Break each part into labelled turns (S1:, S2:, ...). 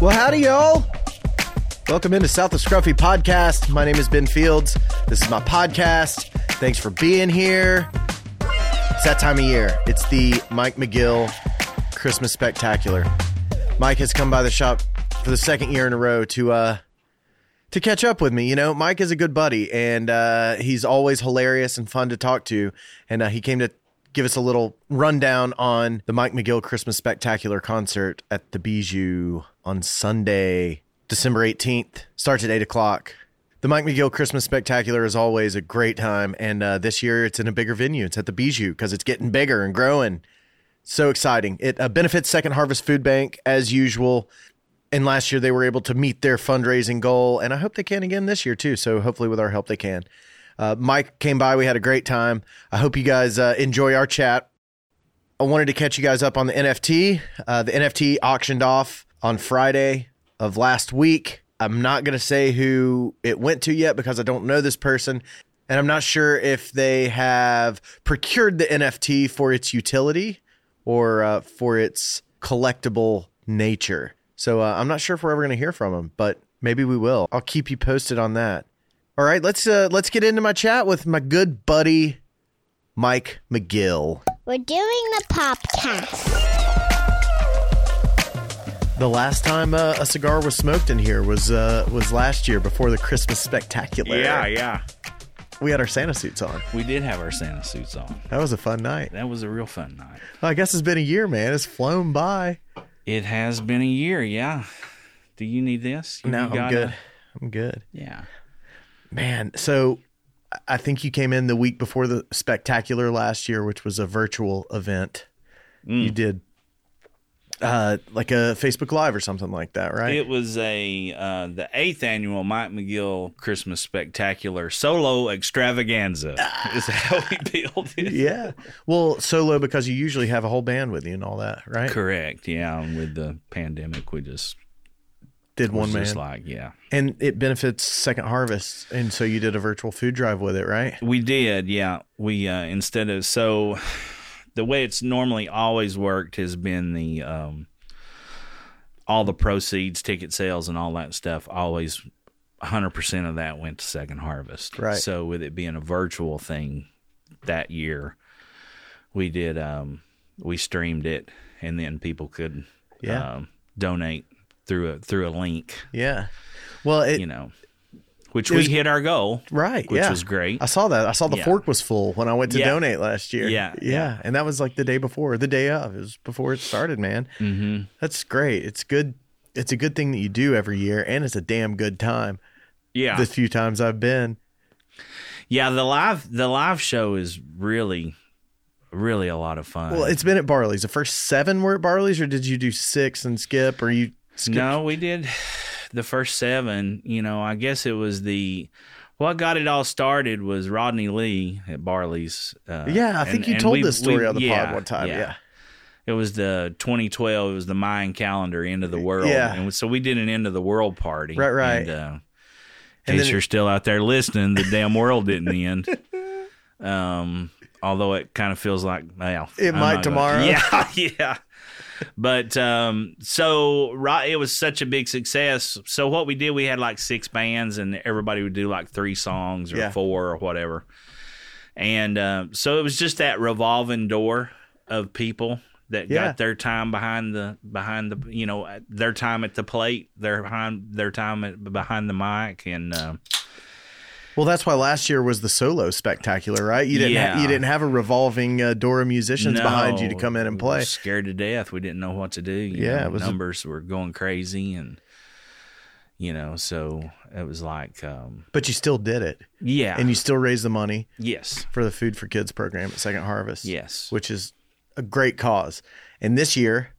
S1: Well, howdy, y'all. Welcome into South of Scruffy podcast. My name is Ben Fields. This is my podcast. Thanks for being here. It's that time of year. It's the Mike McGill Christmas Spectacular. Mike has come by the shop for the second year in a row to uh, to catch up with me. You know, Mike is a good buddy, and uh, he's always hilarious and fun to talk to. And uh, he came to give us a little rundown on the Mike McGill Christmas Spectacular concert at the Bijou on Sunday, December eighteenth. Starts at eight o'clock. The Mike McGill Christmas Spectacular is always a great time, and uh, this year it's in a bigger venue. It's at the Bijou because it's getting bigger and growing. So exciting! It uh, benefits Second Harvest Food Bank as usual and last year they were able to meet their fundraising goal and i hope they can again this year too so hopefully with our help they can uh, mike came by we had a great time i hope you guys uh, enjoy our chat i wanted to catch you guys up on the nft uh, the nft auctioned off on friday of last week i'm not going to say who it went to yet because i don't know this person and i'm not sure if they have procured the nft for its utility or uh, for its collectible nature. So uh, I'm not sure if we're ever going to hear from him, but maybe we will. I'll keep you posted on that. All right, let's uh, let's get into my chat with my good buddy Mike McGill.
S2: We're doing the podcast.
S1: The last time uh, a cigar was smoked in here was uh, was last year before the Christmas spectacular.
S3: Yeah, yeah.
S1: we had our Santa suits on.
S3: We did have our Santa suits on.
S1: That was a fun night.
S3: That was a real fun night.
S1: I guess it's been a year, man. It's flown by.
S3: It has been a year, yeah. Do you need this? You
S1: No,
S3: got
S1: I'm
S3: a-
S1: good. I'm good.
S3: yeah.
S1: Man, so I- I think you came in the week before the spectacular last year, which was a virtual event.
S3: Mm.
S1: You did uh, like a Facebook Live or something like that, right?
S3: It was a uh, the eighth annual Mike McGill Christmas Spectacular Solo Extravaganza. Is how we built it.
S1: Ah. yeah. Well, solo because you usually have a whole band with you and all that, right?
S3: Correct. Yeah. And with the pandemic, we just
S1: Did
S3: was
S1: one man,
S3: just like yeah.
S1: and it benefits Second Harvest, and so you did a virtual food drive with it, right?
S3: We did, yeah. We uh, instead of so the way it's normally always worked has been the um, all the proceeds, ticket sales, and all that stuff. Always, hundred percent of that went to Second Harvest.
S1: Right.
S3: So with it being a virtual thing that year, we did um, we streamed it, and then people could
S1: Yeah.
S3: um, donate through a through a link,
S1: Yeah. Well, it,
S3: you know, which
S1: was-
S3: we hit our goal.
S1: right,
S3: Which
S1: yeah.
S3: was great.
S1: I saw that. I saw the
S3: Yeah.
S1: fork was full when I went to
S3: Yeah.
S1: donate last year.
S3: Yeah,
S1: yeah,
S3: yeah.
S1: and that was like the day before, the day of. It was before it started, man.
S3: Mm-hmm.
S1: That's great. It's good. It's a good thing that you do every year, and it's a damn good time.
S3: Yeah.
S1: The few times I've been,
S3: Yeah, the live the live show is really, really a lot of fun.
S1: well, it's been at Barley's. The first seven were at Barley's, or did you do six and skip, or you? Skipped?
S3: no, we did the first seven. You know, I guess it was the what got it all started was Rodney Lee at Barley's. Uh,
S1: Yeah, I
S3: and-
S1: think you
S3: and
S1: told
S3: we-
S1: this story
S3: we-
S1: on the
S3: yeah,
S1: pod one time. Yeah.
S3: It was the 2012. It was the Mayan calendar, end of the world.
S1: Yeah.
S3: And so we did an end of the world party.
S1: Right, right.
S3: And, uh, in
S1: And
S3: case
S1: then-
S3: you're still out there listening, the damn world didn't end. Um, although it kind of feels like well,
S1: It might
S3: not gonna-
S1: tomorrow.
S3: yeah, yeah. But um, so right, it was such a big success. So what we did, we had like six bands, and everybody would do like three songs or
S1: Yeah.
S3: four or whatever. And uh, so it was just that revolving door of people that
S1: Yeah.
S3: got their time behind the behind the you know their time at the plate, their behind their time at, behind the mic, and uh,
S1: Well, that's why last year was the solo spectacular, right? You didn't. Ha-
S3: Yeah.
S1: you didn't have a revolving uh, door of musicians behind you to
S3: No,
S1: come in and
S3: we were
S1: play.
S3: scared to death. We didn't know what to do. you
S1: Yeah,
S3: know,
S1: it was a-
S3: numbers were going crazy, and you know, so it was like, um,
S1: But you still did it,
S3: yeah,
S1: and you still raised the money
S3: yes,
S1: for the Food for Kids program at Second Harvest.
S3: yes,
S1: which is a great cause. And this year,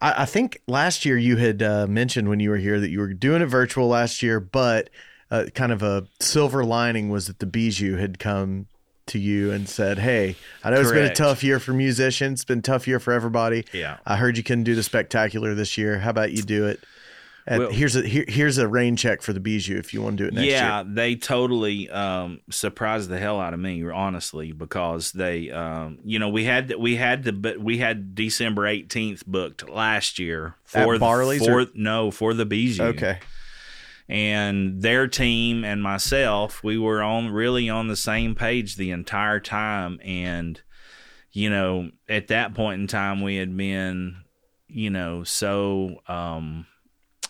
S1: I, I think last year you had uh, mentioned when you were here that you were doing it virtual last year, but uh, kind of a silver lining was that the Bijou had come to you and said, "Hey, I know it's been a
S3: Correct.
S1: tough year for musicians, it's been a tough year for everybody.
S3: Yeah.
S1: I heard you couldn't do the spectacular this year. How about you do it?" At-
S3: Well-
S1: here's a here, here's a rain check for the Bijou if you want to do it next
S3: yeah,
S1: year.
S3: they totally um, surprised the hell out of me, honestly, because they, um, you know, we had we had the but we had December eighteenth booked last year
S1: At
S3: for
S1: Barley's
S3: for
S1: or-
S3: no for the Bijou.
S1: Okay.
S3: and their team and myself, we were on really on the same page the entire time, and you know, at that point in time, we had been, you know, so um,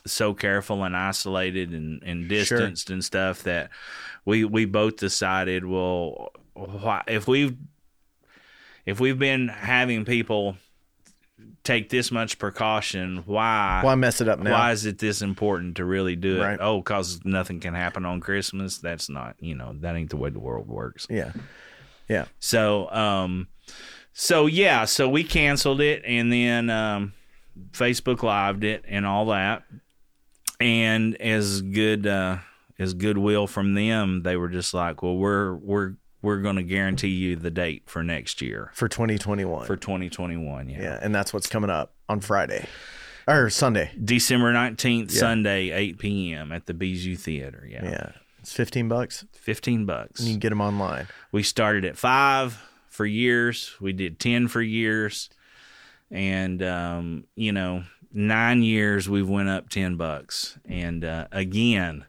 S3: so careful and isolated and, and distanced and stuff that we we both decided, well, why, if we've if we've been having people take this much precaution, why
S1: Why mess it up now?
S3: why is it this important to really do it?
S1: Right.
S3: Oh, cause nothing can happen on Christmas. That's not, you know, that ain't the way the world works.
S1: Yeah. Yeah.
S3: So, um, so yeah, so we canceled it and then, um, Facebook lived it and all that. And as good, uh, as goodwill from them, they were just like, well, we're, we're, we're going to guarantee you the date for next year
S1: For 2021.
S3: for 2021. Yeah.
S1: yeah, and that's what's coming up on Friday or Sunday.
S3: December 19th,
S1: Yeah.
S3: Sunday, 8 p.m. at the Bijou Theater. Yeah.
S1: Yeah. It's 15 bucks.
S3: 15 bucks.
S1: You can get them online.
S3: we started at five for years we did 10 for years and um, you know nine years we've went up 10 bucks and uh, again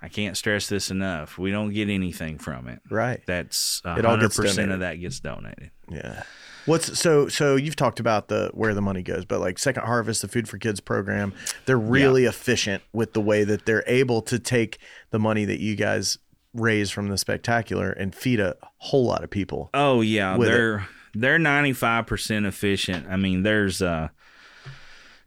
S3: i can't stress this enough we don't get anything from it
S1: Right.
S3: that's a
S1: It all
S3: 100%
S1: gets
S3: of
S1: donated.
S3: that gets donated
S1: Yeah. What's so so you've talked about the where the money goes, but like Second Harvest, the Food for Kids program, they're really efficient with the way that they're able to take the money that you guys raise from the spectacular and feed a whole lot of people.
S3: Oh yeah,
S1: with it.
S3: they're they're ninety five percent efficient. I mean, there's uh,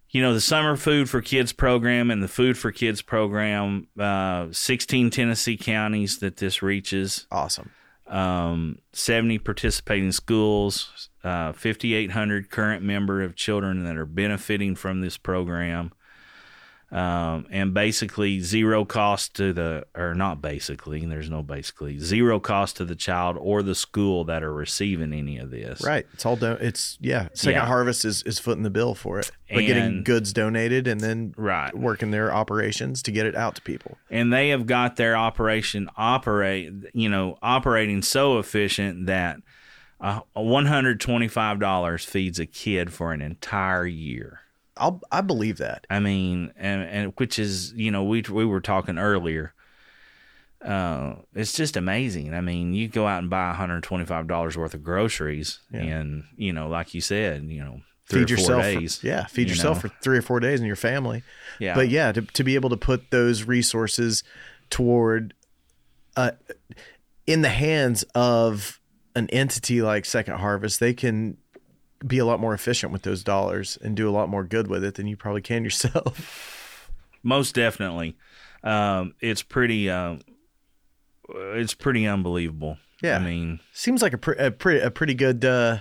S3: you know, the summer food for kids program and the food for kids program. Uh, Sixteen Tennessee counties that this reaches.
S1: Awesome.
S3: Um, Seventy participating schools. Uh, Fifty eight hundred current member of children that are benefiting from this program. Um, and basically zero cost to the or not basically there's no basically zero cost to the child or the school that are receiving any of this
S1: Right. It's all done. It's yeah. Second
S3: Yeah.
S1: Harvest is is footing the bill for it, but getting
S3: And-
S1: goods donated and then
S3: Right.
S1: working their operations to get it out to people.
S3: And they have got their operation operate, you know, operating so efficient that uh, $125 feeds a kid for an entire year.
S1: I'll I believe that.
S3: I mean, and, and which is, you know, we we were talking earlier. Uh, it's just amazing. I mean, you go out and buy $125 worth of groceries,
S1: Yeah.
S3: and you know, like you said, you know, three
S1: Feed
S3: or four
S1: yourself. for-
S3: days.
S1: yeah. Feed
S3: you
S1: yourself
S3: know?
S1: for three or four days and your family.
S3: yeah,
S1: But yeah, to, to be able to put those resources toward uh, in the hands of an entity like Second Harvest, they can be a lot more efficient with those dollars and do a lot more good with it than you probably can yourself.
S3: most definitely. Um, it's pretty, uh, it's pretty unbelievable.
S1: Yeah.
S3: I mean,
S1: Seems like a, pre- a pretty a pretty good, uh,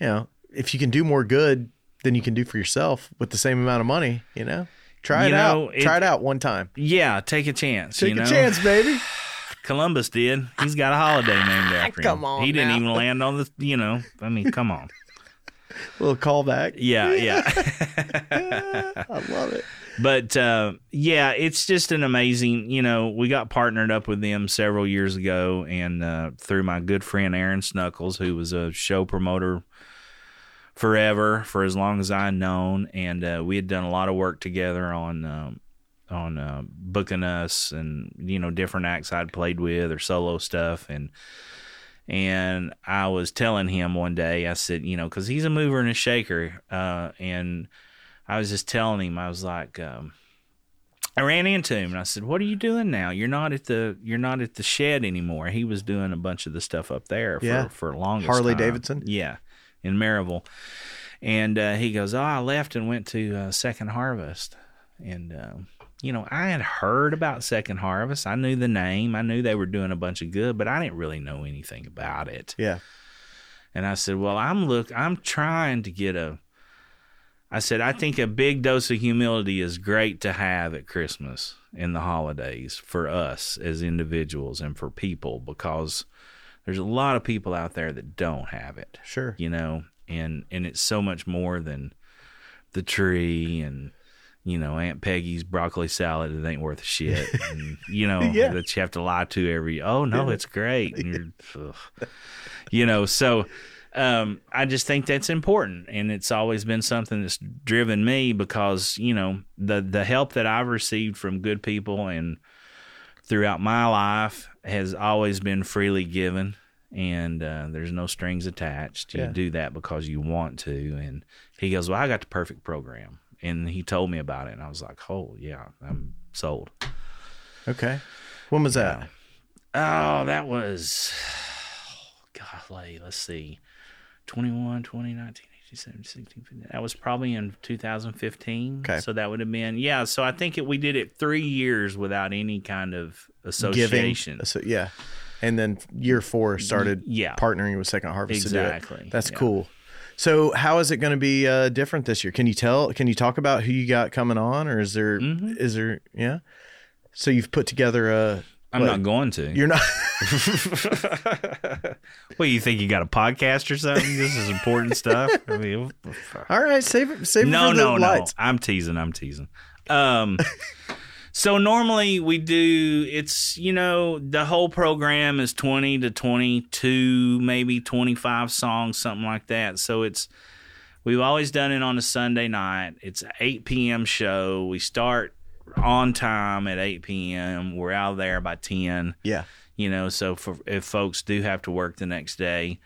S1: you know, if you can do more good than you can do for yourself with the same amount of money, you know, try
S3: You
S1: it
S3: know,
S1: out.
S3: it-
S1: try it out one time.
S3: yeah, take a chance.
S1: Take
S3: you know?
S1: a chance, baby.
S3: Columbus did. He's got a holiday named after him.
S1: Come on
S3: he didn't
S1: now.
S3: even land on the. You know, I mean, come on.
S1: little callback.
S3: Yeah, yeah.
S1: I love it.
S3: but uh, yeah, it's just an amazing. You know, we got partnered up with them several years ago, and uh, through my good friend Aaron Snuckles, who was a show promoter forever for as long as I known, and uh, we had done a lot of work together on um, on uh, booking us and you know different acts I'd played with or solo stuff and. And I was telling him one day, I said, you know, because he's a mover and a shaker, uh, and I was just telling him, I was like, um, I ran into him and I said, "What are you doing now? You're not at the you're not at the shed anymore." He was doing a bunch of the stuff up there for
S1: Yeah.
S3: for longest
S1: Harley
S3: time.
S1: Davidson?
S3: yeah, in Maryville. And uh, he goes, "Oh, I left and went to uh, Second Harvest." And um, you know, I had heard about Second Harvest. I knew the name. I knew they were doing a bunch of good, but I didn't really know anything about it.
S1: Yeah.
S3: And I said, "Well, I'm look, I'm trying to get a." I said, "I think a big dose of humility is great to have at Christmas and the holidays for us as individuals and for people because there's a lot of people out there that don't have it,
S1: Sure.
S3: you know, and and it's so much more than the tree and you know, Aunt Peggy's broccoli salad, it ain't worth a shit. And, you know,
S1: Yeah.
S3: that you have to lie to every, oh, no,
S1: Yeah.
S3: it's great. And you're, ugh. you know, so um, I just think that's important. And it's always been something that's driven me because, you know, the, the help that I've received from good people and throughout my life has always been freely given. And uh, there's no strings attached. You
S1: Yeah.
S3: do that because you want to. And he goes, Well, I got the perfect program. And he told me about it. And I was like, Oh, yeah, I'm sold.
S1: Okay. When was that?
S3: Oh, that was, golly, let's see, 21, 20, 19, 18, 17, 16, 15. That was probably in 2015.
S1: Okay.
S3: So that would have been, yeah. So I think it, we did it three years without any kind of association.
S1: Giving. So, yeah. And then year four started
S3: Yeah.
S1: partnering with Second Harvest to do
S3: Exactly.
S1: it. That's
S3: Yeah.
S1: cool. So how is it going to be uh, different this year? Can you tell? Can you talk about who you got coming on, or is there? Is
S3: Mm-hmm.
S1: there? Yeah. So you've put together a.
S3: I'm not going to.
S1: You're not.
S3: what, you think you got a podcast or something? this is important stuff. I mean,
S1: All right. Save it. Save it
S3: no,
S1: for the
S3: no,
S1: lights.
S3: no. I'm teasing. I'm teasing. Um, so normally we do. It's you know the whole program is 20 to 22, maybe 25 songs, something like that. So it's we've always done it on a Sunday night. It's a 8 p.m. show. We start on time at 8 p.m. We're out of there by 10
S1: Yeah.
S3: you know so for if folks do have to work the next day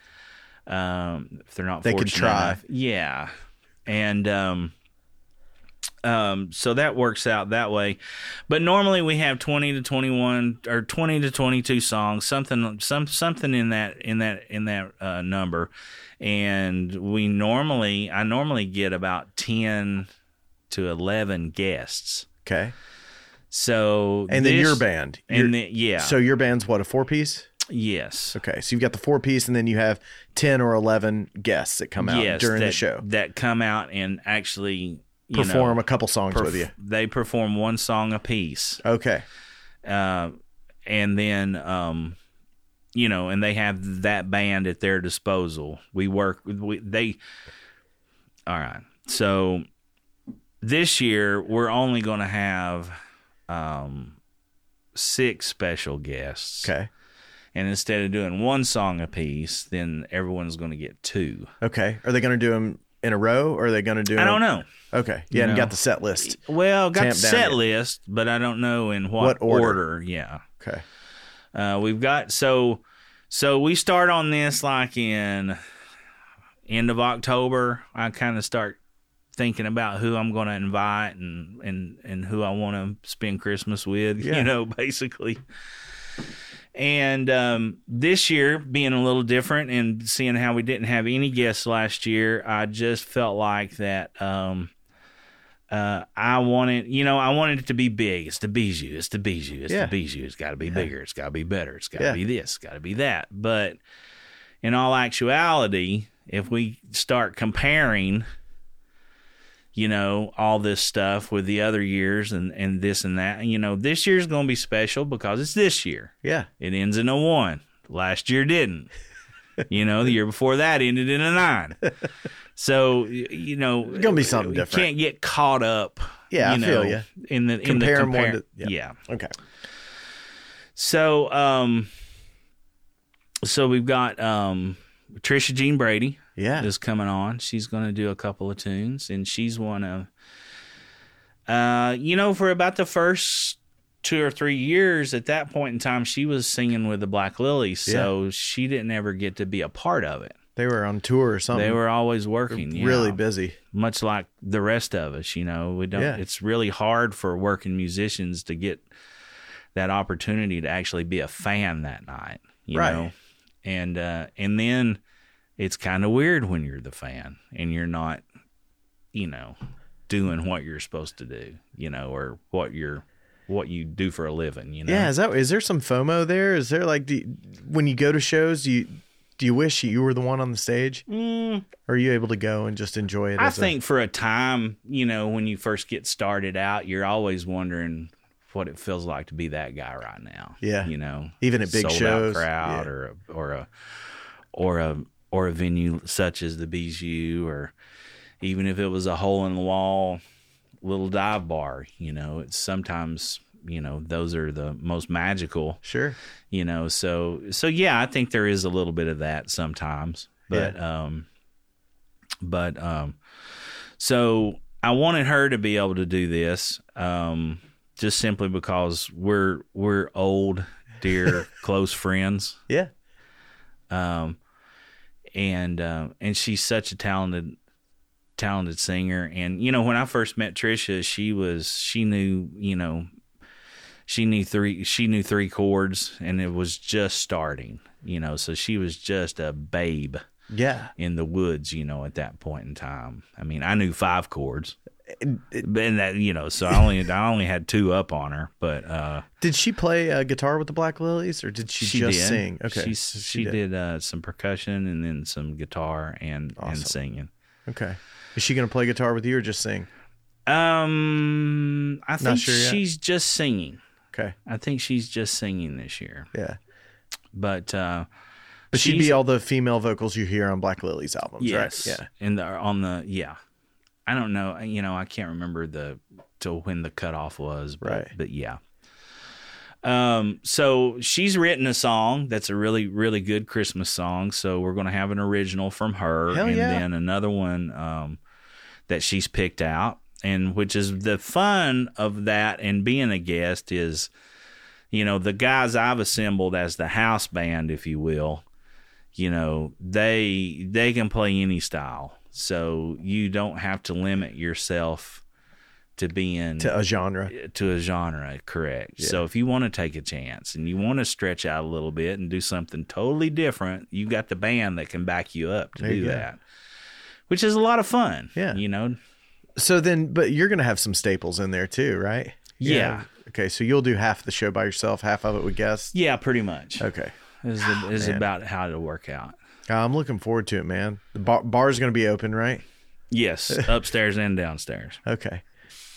S3: um if they're not
S1: They can
S3: fortunate
S1: try.
S3: enough- yeah and um um so that works out that way but normally we have 20 to 21 or 20 to 22 songs something some something in that in that in that uh, number and we normally i normally get about 10 to 11 guests
S1: Okay.
S3: so
S1: And then
S3: this-
S1: your band. Your-
S3: and then, yeah
S1: So your band's what a four piece?
S3: yes
S1: Okay, so you've got the four piece, and then you have ten or eleven guests that come out during
S3: that,
S1: the show,
S3: that come out and actually you
S1: perform
S3: know,
S1: a couple songs
S3: perf-
S1: with you.
S3: They perform one song a piece,
S1: Okay,
S3: uh, and then um, you know, and they have that band at their disposal. We work. We, they all right. So this year we're only going to have um, six special guests,
S1: okay,
S3: and instead of doing one song a piece, then everyone's going to get two.
S1: okay. Are they going to do them in a row, or are they going to do?
S3: I
S1: 'em-
S3: don't know.
S1: Okay, yeah, and you
S3: know.
S1: got the set list.
S3: Well, got the
S1: Tamp down
S3: set
S1: yet.
S3: list, but I don't know in
S1: What
S3: what,
S1: order?
S3: order. Yeah,
S1: Okay,
S3: uh, we've got so so we start on this like in end of October. I kind of start thinking about who I'm going to invite and and and who I want to spend Christmas with.
S1: Yeah.
S3: You know, basically. And um, this year, being a little different and seeing how we didn't have any guests last year, I just felt like that. Um, uh, I wanted, you know, I wanted it to be big. It's the Bijou. It's the Bijou. It's
S1: Yeah.
S3: the Bijou. It's got to be bigger. It's got to be better. It's got to
S1: Yeah.
S3: be this. It's got to be that. But in all actuality, if we start comparing, you know, all this stuff with the other years and, and this and that, you know, this year's going to be special because it's this year.
S1: yeah,
S3: It ends in a one. Last year didn't. You know, the year before that ended in a nine. So y- you know, it's
S1: gonna be something different.
S3: Can't get caught up.
S1: Yeah, I
S3: you know,
S1: feel ya.
S3: in the in
S1: Compare 'em
S3: the
S1: one
S3: compare.
S1: to- yeah.
S3: yeah.
S1: okay,
S3: So um, so we've got um, Trisha Jean Brady
S1: yeah,
S3: is coming on. She's going to do a couple of tunes, and she's one of, uh, you know, for about the first two or three years at that point in time, she was singing with the Black Lilies, so she didn't ever get to be a part of it.
S1: they were on tour or something.
S3: They were always working, you
S1: really
S3: know,
S1: busy.
S3: much like the rest of us. You know, we don't.
S1: Yeah.
S3: It's really hard for working musicians to get that opportunity to actually be a fan that night. You
S1: Right.
S3: know, and uh, and then it's kind of weird when you're the fan and you're not, you know, doing what you're supposed to do. You know, or what you're what you do for a living. You know.
S1: Yeah, is that is there some FOMO there? Is there like do you- when you go to shows, do you do you wish you were the one on the stage?
S3: Mm,
S1: Or are you able to go and just enjoy it?
S3: I
S1: as a-
S3: think for a time, you know, when you first get started out, you're always wondering what it feels like to be that guy right now.
S1: Yeah.
S3: you know,
S1: Even at big
S3: sold
S1: shows,
S3: out crowd
S1: yeah.
S3: or a, or a or a or a venue such as the Bijou, or even if it was a hole in the wall little dive bar. You know, it's sometimes you know those are the most magical.
S1: Sure.
S3: You know, so so yeah, I think there is a little bit of that sometimes, but um, but um, so I wanted her to be able to do this, um, just simply because we're we're old, dear, close friends.
S1: Yeah.
S3: Um, and uh, and she's such a talented talented singer. And you know, when I first met Trisha, she was she knew you know she knew three she knew three chords, and it was just starting. You know, so she was just a babe
S1: Yeah.
S3: in the woods. You know, at that point in time, I mean, I knew five chords. and that you know, so I only I only had two up on her, but uh,
S1: Did she play uh, guitar with the Black Lilies, or did she, just
S3: did.
S1: sing? Okay.
S3: she she, did, uh, some percussion and then some guitar and
S1: Awesome.
S3: and singing.
S1: Okay. Is she going to play guitar with you or just sing?
S3: Um, I think
S1: sure yet.
S3: she's just singing.
S1: Okay.
S3: I think she's just singing this year,
S1: Yeah.
S3: but uh,
S1: But she'd
S3: She's-
S1: be all the female vocals you hear on Black Lilies albums,
S3: yes,
S1: right? Yeah.
S3: in the on the yeah. I don't know. You know, I can't remember the till when the cutoff was, but,
S1: Right.
S3: But yeah. Um, so she's written a song that's a really, really good Christmas song. So we're gonna have an original from her
S1: Hell
S3: and
S1: yeah.
S3: then another one um that she's picked out. And which is the fun of that and being a guest is, you know, the guys I've assembled as the house band, if you will, you know, they they can play any style. So you don't have to limit yourself to being
S1: To a genre.
S3: to a genre, correct.
S1: Yeah.
S3: So if you want to take a chance and you want to stretch out a little bit and do something totally different, you got the band that can back you up to
S1: There you
S3: do
S1: go.
S3: that. Which is a lot of fun.
S1: Yeah.
S3: You know?
S1: So then, but you're going to have some staples in there too, right?
S3: Yeah.
S1: Okay. So you'll do half the show by yourself, half of it with guests.
S3: Yeah, pretty much.
S1: Okay.
S3: Is, the, is
S1: Oh, Man.
S3: about how it'll work out.
S1: I'm looking forward to it, man. The bar, bar's going to be open, right?
S3: Yes. upstairs and downstairs.
S1: Okay.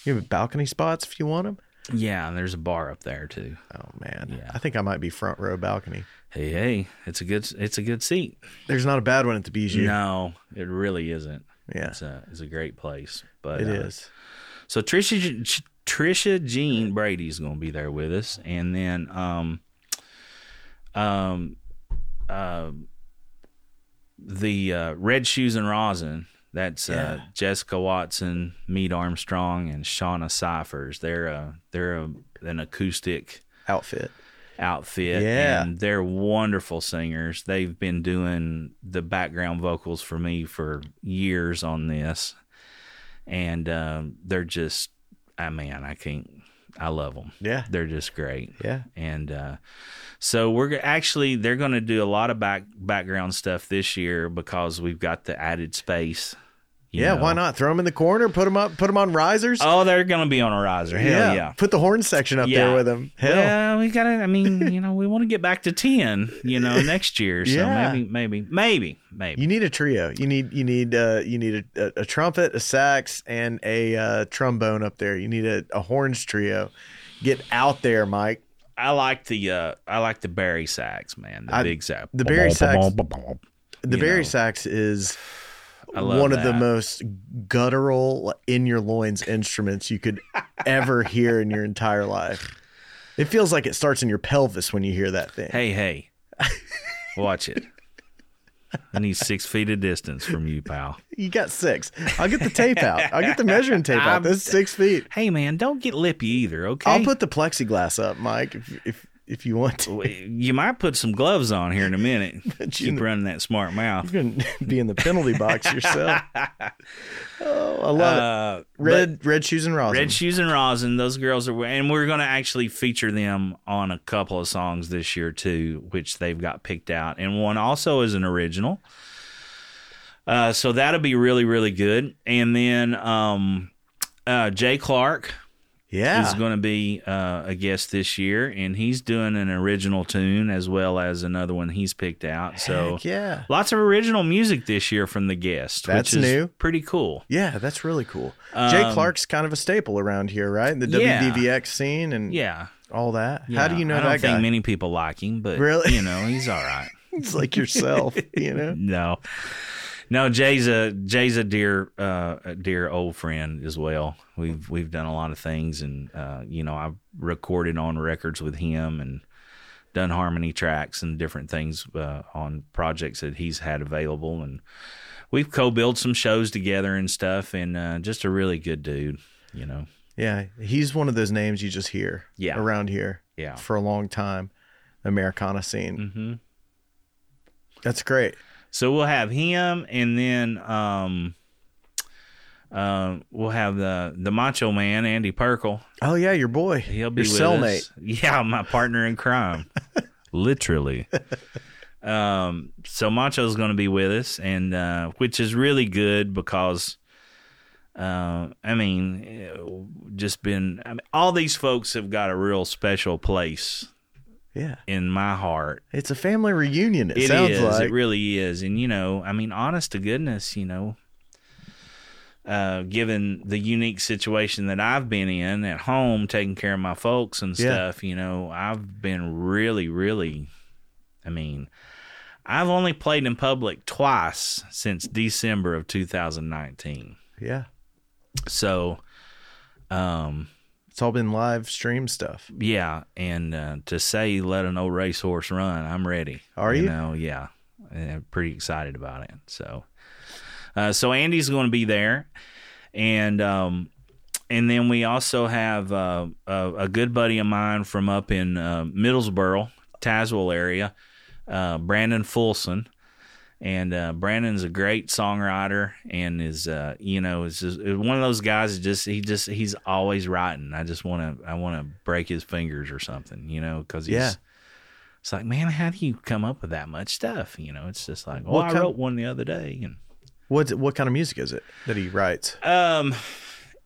S1: You have balcony spots if you want them.
S3: Yeah, and there's a bar up there too.
S1: Oh man,
S3: Yeah.
S1: I think I might be front row balcony.
S3: Hey, hey, it's a good it's a good seat.
S1: There's not a bad one at the Bijou.
S3: No, it really isn't.
S1: Yeah,
S3: It's a it's a great place. But
S1: it
S3: uh,
S1: is.
S3: So Trisha Je- Trisha Jean Brady's going to be there with us, and then um um uh, the uh, Red Shoes and Rosin. That's uh,
S1: Yeah.
S3: Jessica Watson, Mead Armstrong, and Shauna Cyphers. They're uh they're a, an acoustic
S1: Outfit.
S3: outfit.
S1: Yeah.
S3: And they're wonderful singers. They've been doing the background vocals for me for years on this. And um, they're just, I man, I can't, I love them.
S1: Yeah,
S3: They're just great.
S1: yeah.
S3: And uh, so we're go- actually, they're going to do a lot of back background stuff this year because we've got the added space. you
S1: Yeah,
S3: know.
S1: why not? Throw them in the corner, put them up, put them on risers.
S3: Oh, they're going to be on a riser. Hell yeah.
S1: Put the horn section up
S3: Yeah.
S1: there with them. Hell.
S3: Yeah, we gotta. I mean, you know, we want to get back to ten. You know, next year. So
S1: Yeah.
S3: maybe, maybe, maybe, maybe.
S1: You need a trio. You need you need uh you need a, a, a trumpet, a sax, and a uh, trombone up there. You need a, a horns trio. Get out there, Mike.
S3: I like the uh, I like the Barry sax, man. The
S1: I-
S3: big sax.
S1: the Barry sax-
S3: I
S1: The
S3: You
S1: Barry
S3: know.
S1: sax is
S3: I love
S1: one of the
S3: that.
S1: most guttural in your loins instruments you could ever hear in your entire life. It feels like it starts in your pelvis when you hear that thing.
S3: Hey, hey, watch it. I need six feet of distance from you, pal.
S1: You got six. I'll get the tape out. I'll get the measuring tape out.
S3: I'm-
S1: That's six feet.
S3: Hey, man, don't get lippy either. Okay.
S1: I'll put the plexiglass up, Mike, if if, if you want to.
S3: You might put some gloves on here in a minute.
S1: you
S3: Keep running that smart mouth.
S1: You're gonna be in the penalty box yourself. Oh, I love it.
S3: Uh, but-
S1: Red red shoes and rosin.
S3: Red Shoes and Rosin, those girls are, and we're going to actually feature them on a couple of songs this year too, which they've got picked out, and one also is an original. Uh, so that'll be really, really good. And then um, uh, Jay Clark is
S1: yeah.
S3: going to be uh, a guest this year, and he's doing an original tune as well as another one he's picked out. So
S1: Heck yeah.
S3: lots of original music this year from the guest,
S1: That's
S3: which is
S1: new.
S3: pretty cool.
S1: Yeah, that's really cool. Jay
S3: Um,
S1: Clark's kind of a staple around here, right? The
S3: Yeah.
S1: WDVX scene and
S3: Yeah.
S1: all that.
S3: Yeah,
S1: How do you know
S3: I don't
S1: that
S3: think
S1: guy?
S3: many people like him, but
S1: Really?
S3: you know, he's all right.
S1: it's like yourself, you know?
S3: no. No, Jay's a Jay's a dear uh, a dear old friend as well. We've we've done a lot of things, and uh, you know I've recorded on records with him and done harmony tracks and different things uh, on projects that he's had available, and we've co-built some shows together and stuff. And uh, just a really good dude, you know.
S1: Yeah, he's one of those names you just hear
S3: Yeah.
S1: around here
S3: Yeah.
S1: for a long time. Americana scene.
S3: Mm-hmm.
S1: That's great.
S3: So we'll have him, and then um, uh, we'll have the the Macho Man Andy Perkle.
S1: Oh yeah, your boy.
S3: He'll be
S1: your
S3: with
S1: cellmate.
S3: us. Yeah, my partner in crime, literally. Um, so Macho's going to be with us, and uh, which is really good because, uh, I mean, eh, just been I mean, all these folks have got a real special place
S1: Yeah.
S3: in my heart
S1: It's a family reunion, it,
S3: it
S1: sounds
S3: is.
S1: like.
S3: It really is. And you know, I mean, honest to goodness, you know, uh, given the unique situation that I've been in at home, taking care of my folks and
S1: Yeah.
S3: stuff, you know, I've been really, really. I mean, I've only played in public twice since December of 2019.
S1: yeah.
S3: So, um,
S1: It's all been live stream stuff.
S3: yeah, and uh, to say let an old racehorse run, I'm ready.
S1: Are you?
S3: know, yeah, And I'm pretty excited about it. So, uh, so Andy's going to be there, and um, and then we also have uh, a, a good buddy of mine from up in uh, Middlesboro, Tazewell area, uh, Brandon Fulson. And uh, Brandon's a great songwriter, and is uh, you know is, just, is one of those guys. That just he just he's always writing. I just want to I want to break his fingers or something, you know, because he's
S1: Yeah.
S3: it's like man, how do you come up with that much stuff? You know, it's just like well,
S1: What
S3: I
S1: kind-
S3: wrote one the other day, and
S1: What what kind of music is it that he writes?
S3: um,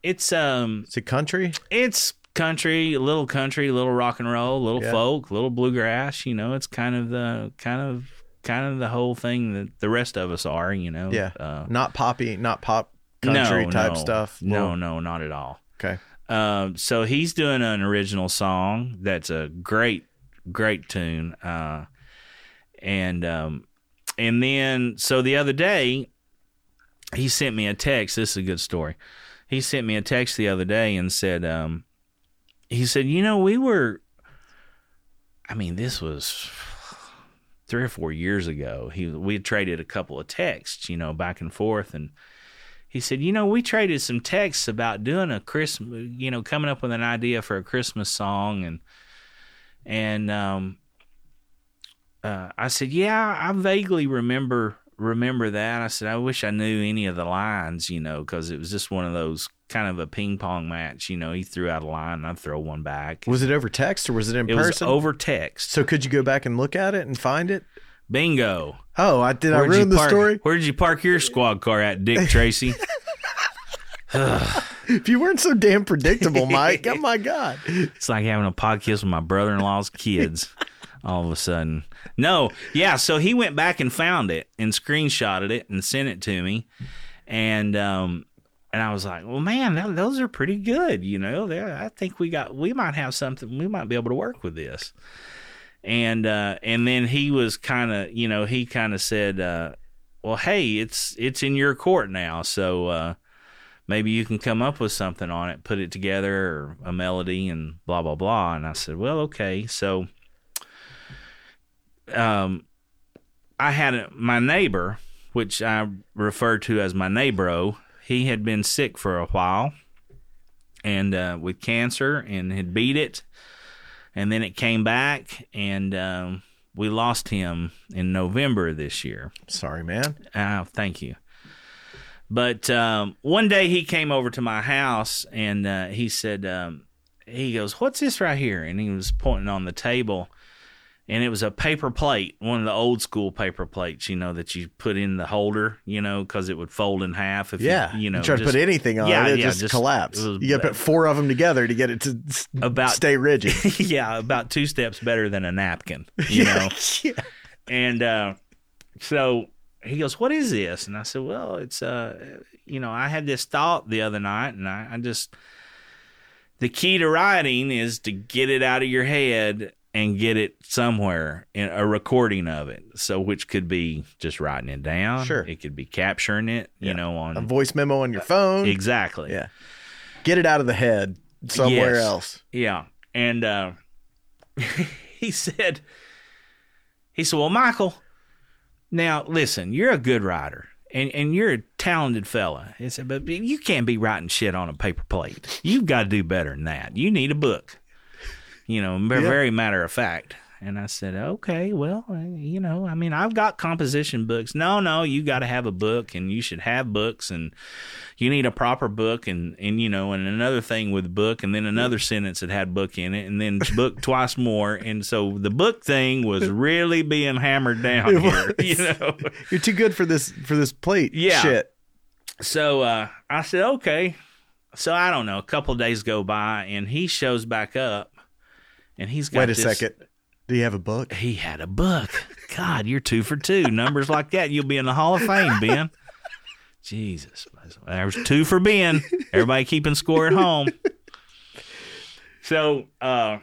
S3: it's um
S1: Is it country?
S3: it's country, a little country, a little rock and roll, a little
S1: Yeah.
S3: folk, a little bluegrass. You know, it's kind of the kind of kind of the whole thing that the rest of us are. You know,
S1: Yeah.
S3: Uh,
S1: Not poppy, not pop
S3: no,
S1: country type
S3: no.
S1: stuff.
S3: No,
S1: Well,
S3: no, not at all.
S1: Okay.
S3: Um, so he's doing an original song that's a great, great tune. Uh, and um, and then so the other day, he sent me a text. This is a good story. He sent me a text the other day and said, um, he said, you know, we were. I mean, this was three or four years ago. He we had traded a couple of texts, you know, back and forth, and he said, "You know, we traded some texts about doing a Christmas, you know, coming up with an idea for a Christmas song, and and um, uh, I said, yeah, I vaguely remember remember that. I said, I wish I knew any of the lines, you know, because it was just one of those kind of a ping pong match, you know. He threw out a line, and I throw one back.
S1: Was it over text or was it in
S3: it was
S1: person?
S3: over text.
S1: so could you go back and look at it and find it?
S3: Bingo.
S1: Oh, I did I
S3: Where'd you
S1: ruin the
S3: park-
S1: story?
S3: Where'd you park your squad car at, Dick Tracy?
S1: If you weren't so damn predictable, Mike, oh my God.
S3: It's like having a podcast with my brother in law's kids all of a sudden. No, yeah. So he went back and found it and screenshotted it and sent it to me. And, um, and I was like, well, man, th- those are pretty good. You know, They're- I think we got, we might have something, we might be able to work with this. And, uh, and then he was kind of, you know, he kind of said, uh, well, hey, it's, it's in your court now. So, uh, maybe you can come up with something on it, put it together, or a melody, and blah blah blah. And I said, well, okay. So, um, I had a, my neighbor, which I refer to as my neighbor. He had been sick for a while, and uh, with cancer, and had beat it, and then it came back, and um, we lost him in November this year.
S1: Sorry, man.
S3: Ah, thank you. But um, one day he came over to my house and uh, he said, um, he goes, "What's this right here?" And he was pointing on the table, and it was a paper plate, one of the old school paper plates, you know, that you put in the holder, you know, because it would fold in half if
S1: Yeah.
S3: you, you know,
S1: try to
S3: just-
S1: put anything on
S3: Yeah,
S1: it, it
S3: yeah,
S1: just,
S3: just-
S1: collapse.
S3: it was-
S1: you got to put four of them together to get it to s-
S3: About-
S1: stay rigid.
S3: yeah, about two steps better than a napkin, you know.
S1: yeah.
S3: And uh, so he goes, "What is this?" And I said, "Well, it's uh, you know, I had this thought the other night, and I, I just the key to writing is to get it out of your head and get it somewhere in a recording of it. So which could be just writing it down.
S1: Sure.
S3: It could be capturing it,
S1: Yeah.
S3: you know, on
S1: A voice memo on your phone.
S3: exactly.
S1: Yeah. Get it out of the head somewhere
S3: Yes.
S1: else.
S3: Yeah. And uh, he said, he said, well, Michael, now listen, you're a good writer and, and you're a talented fella. He said, but you can't be writing shit on a paper plate. You've got to do better than that. You need a book, you know,
S1: Yeah.
S3: ve- very matter of fact. And I said, okay, well, uh, you know, I mean, I've got composition books. No, no, you got to have a book and you should have books and you need a proper book and and you know and another thing with book and then another sentence that had book in it and then book twice more and so the book thing was really being hammered down
S1: It
S3: here
S1: was.
S3: you know
S1: You're too good for this for this plate
S3: Yeah.
S1: shit.
S3: so uh i said okay so i don't know a couple days go by and he shows back up and he's got
S1: Wait a
S3: this-
S1: second. Do you have a book?
S3: he had a book god you're two for two numbers like that you'll be in the hall of fame ben jesus there was two for ben everybody keeping score at home so uh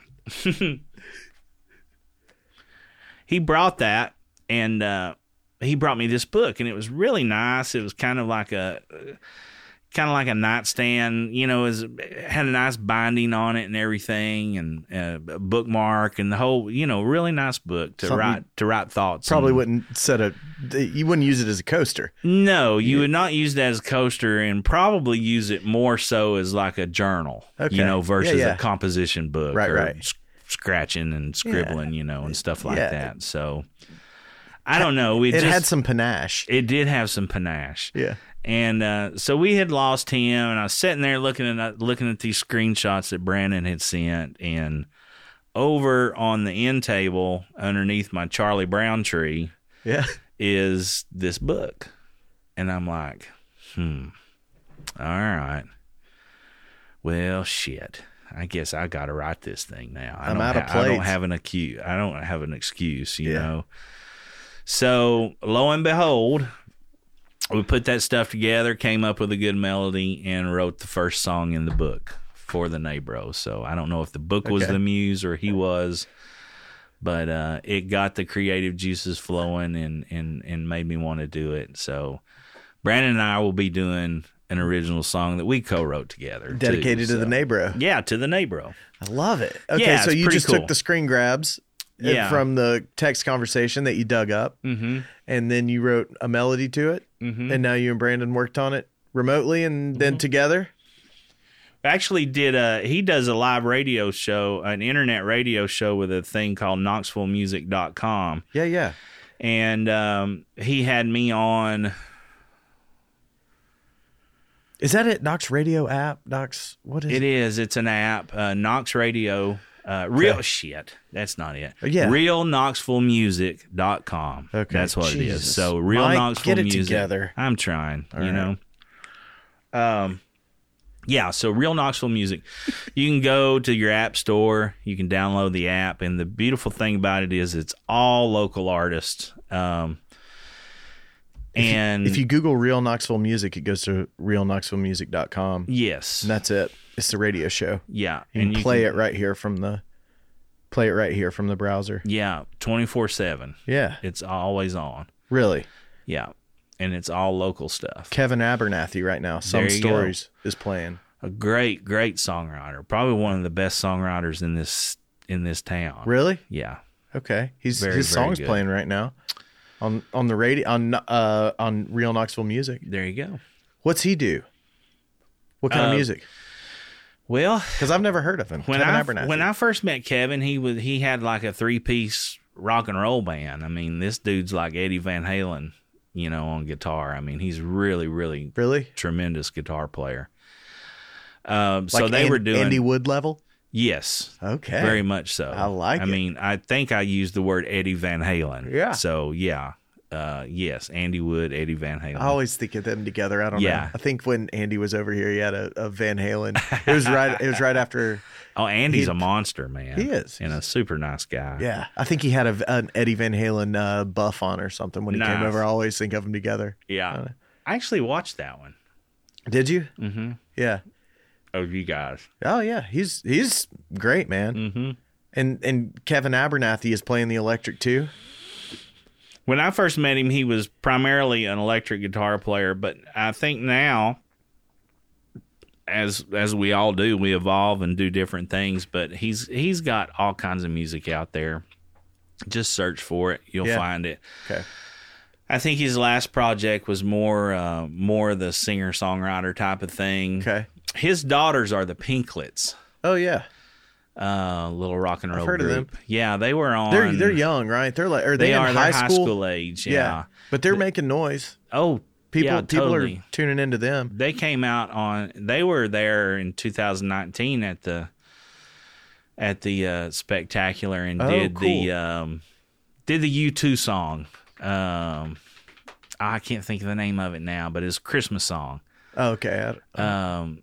S3: he brought that and uh he brought me this book and it was really nice it was kind of like a kind of like a nightstand you know is had a nice binding on it and everything and uh, a bookmark and the whole you know really nice book to
S1: Something
S3: write to write thoughts
S1: Probably
S3: and-
S1: wouldn't set a you wouldn't use it as a coaster.
S3: no, you would not use that as a coaster and probably use it more so as like a journal,
S1: Okay.
S3: you know,
S1: Yeah,
S3: versus
S1: yeah.
S3: a composition book
S1: Right,
S3: or
S1: right.
S3: s- scratching and scribbling, you know, and stuff like
S1: Yeah.
S3: that. So I don't know. We
S1: It
S3: just,
S1: had some panache.
S3: it did have some panache.
S1: yeah.
S3: And uh, so we had lost him, and I was sitting there looking at uh, looking at these screenshots that Brandon had sent, and over on the end table underneath my Charlie Brown tree
S1: Yeah.
S3: is this book. And I'm like, hmm, all right. Well, shit. I guess I got to write this thing now. I
S1: I'm
S3: don't
S1: out of
S3: I don't
S1: plates.
S3: have an acute. I don't have an excuse, you
S1: Yeah.
S3: know. So lo and behold, we put that stuff together, came up with a good melody, and wrote the first song in the book for the Neighbro. So I don't know if the book was
S1: Okay.
S3: the muse or he was, but uh, it got the creative juices flowing and and and made me want to do it. So Brandon and I will be doing an original song that we co-wrote together, too.
S1: Dedicated to the
S3: So-
S1: neighbor.
S3: Yeah, to the Neighbro.
S1: I love it. Okay,
S3: Yeah,
S1: so
S3: it's
S1: you
S3: pretty
S1: just
S3: cool.
S1: took the screen grabs uh,
S3: Yeah.
S1: from the text conversation that you dug up,
S3: Mm-hmm.
S1: and then you wrote a melody to it,
S3: Mm-hmm.
S1: and now you and Brandon worked on it remotely and then together.
S3: actually did a he does a live radio show an internet radio show with a thing called knoxvillemusic.com
S1: Yeah, yeah.
S3: and um, he had me on
S1: Is that it? Knox Radio app? Knox? What is
S3: it
S1: it?
S3: is it's an app uh, knox radio uh, real
S1: Okay. Uh,
S3: shit that's not it
S1: Yeah.
S3: real knoxvillemusic.com
S1: Okay.
S3: that's what it
S1: Jesus.
S3: is so real
S1: Mike,
S3: knoxville
S1: get it
S3: music
S1: together.
S3: i'm trying
S1: All
S3: you
S1: right.
S3: know um yeah so real knoxville music you can go to your app store you can download the app and the beautiful thing about it is it's all local artists um and
S1: If you Google Real Knoxville Music, it goes to realknoxvillemusic.com.
S3: yes
S1: And that's it. It's the radio show.
S3: yeah
S1: You can play it right here from the play it right here from the browser.
S3: yeah 24 7
S1: Yeah.
S3: it's always on
S1: Really.
S3: Yeah. And it's all local stuff.
S1: Kevin Abernathy right now, some
S3: There you go.
S1: stories is playing.
S3: A great, great songwriter. Probably one of the best songwriters in this in this town.
S1: Really?
S3: Yeah.
S1: Okay, he's
S3: Very,
S1: his
S3: very
S1: song's
S3: good.
S1: playing right now on on the radio on uh on Real Knoxville Music.
S3: There you go.
S1: What's he do? What kind of
S3: Uh,
S1: music?
S3: Well,
S1: Because I've never heard of him.
S3: when
S1: Kevin
S3: I
S1: Abernathy.
S3: when I first met Kevin, he was he had like a three piece rock and roll band. I mean, this dude's like Eddie Van Halen, you know, on guitar. I mean, he's really, really
S1: really
S3: tremendous guitar player. Um, so
S1: Like
S3: they
S1: An-
S3: were doing
S1: Andy Wood level.
S3: yes,
S1: Okay,
S3: Very much so.
S1: I like
S3: I
S1: it.
S3: mean, I think I used the word Eddie Van Halen.
S1: Yeah.
S3: So yeah, uh, yes, Andy Wood, Eddie Van Halen.
S1: I always think of them together. I don't know.
S3: Yeah.
S1: I think when Andy was over here, he had a, a Van Halen. It was right. It was right after.
S3: oh, Andy's
S1: he-
S3: a monster, man.
S1: he is.
S3: and a super nice guy.
S1: Yeah, I think he had a, an Eddie Van Halen uh, buff on or something when he came
S3: Nice.
S1: over. I always think of them together.
S3: yeah. I actually watched that one.
S1: Did you?
S3: Mm-hmm.
S1: Yeah.
S3: Oh, you guys.
S1: Oh yeah, he's he's great, man.
S3: Mm-hmm.
S1: And and Kevin Abernathy is playing the electric too.
S3: When I first met him, he was primarily an electric guitar player, but I think now, as as we all do, we evolve and do different things. But he's he's got all kinds of music out there. Just search for it, you'll
S1: Yeah.
S3: find it.
S1: Okay.
S3: I think his last project was more uh, more the singer songwriter type of thing.
S1: Okay.
S3: His daughters are the Pinklets,
S1: Oh yeah,
S3: uh, little rock and roll
S1: heard of
S3: group.
S1: them.
S3: Yeah, they were on.
S1: they're they're young, right? They're like, are they,
S3: They,
S1: in
S3: are
S1: high,
S3: they're high
S1: school?
S3: school, age. Yeah.
S1: but they're making noise.
S3: Oh,
S1: People
S3: yeah,
S1: people
S3: totally.
S1: are tuning into them.
S3: They came out on. They were there in 2019 at the at the uh, spectacular and
S1: Oh,
S3: did the
S1: cool.
S3: um, did the U2 song. Um, I can't think of the name of it now, but it's a Christmas song.
S1: Oh, okay, I,
S3: Um,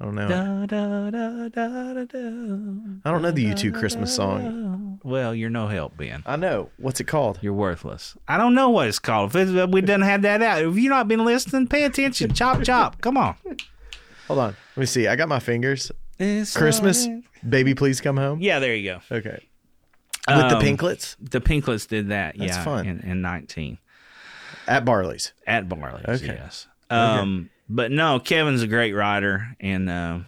S1: I don't know.
S3: da, da, da, da, da, da.
S1: I don't know the U2 Christmas song.
S3: Well, you're no help, Ben.
S1: I know what's it called.
S3: You're worthless. I don't know what it's called. If it's, we didn't have that out, if you've not been listening, pay attention. chop, chop. Come on.
S1: Hold on, let me see. I got my fingers. Christmas, baby, please come home.
S3: Oh, Yeah, there you go.
S1: Okay, with the
S3: Um,
S1: Pinklets
S3: The Pinklets did that.
S1: That's
S3: yeah,
S1: fun.
S3: In, in 19
S1: at Barley's.
S3: at Barley's.
S1: Okay.
S3: Yes. Um, But no, Kevin's a great writer. And uh,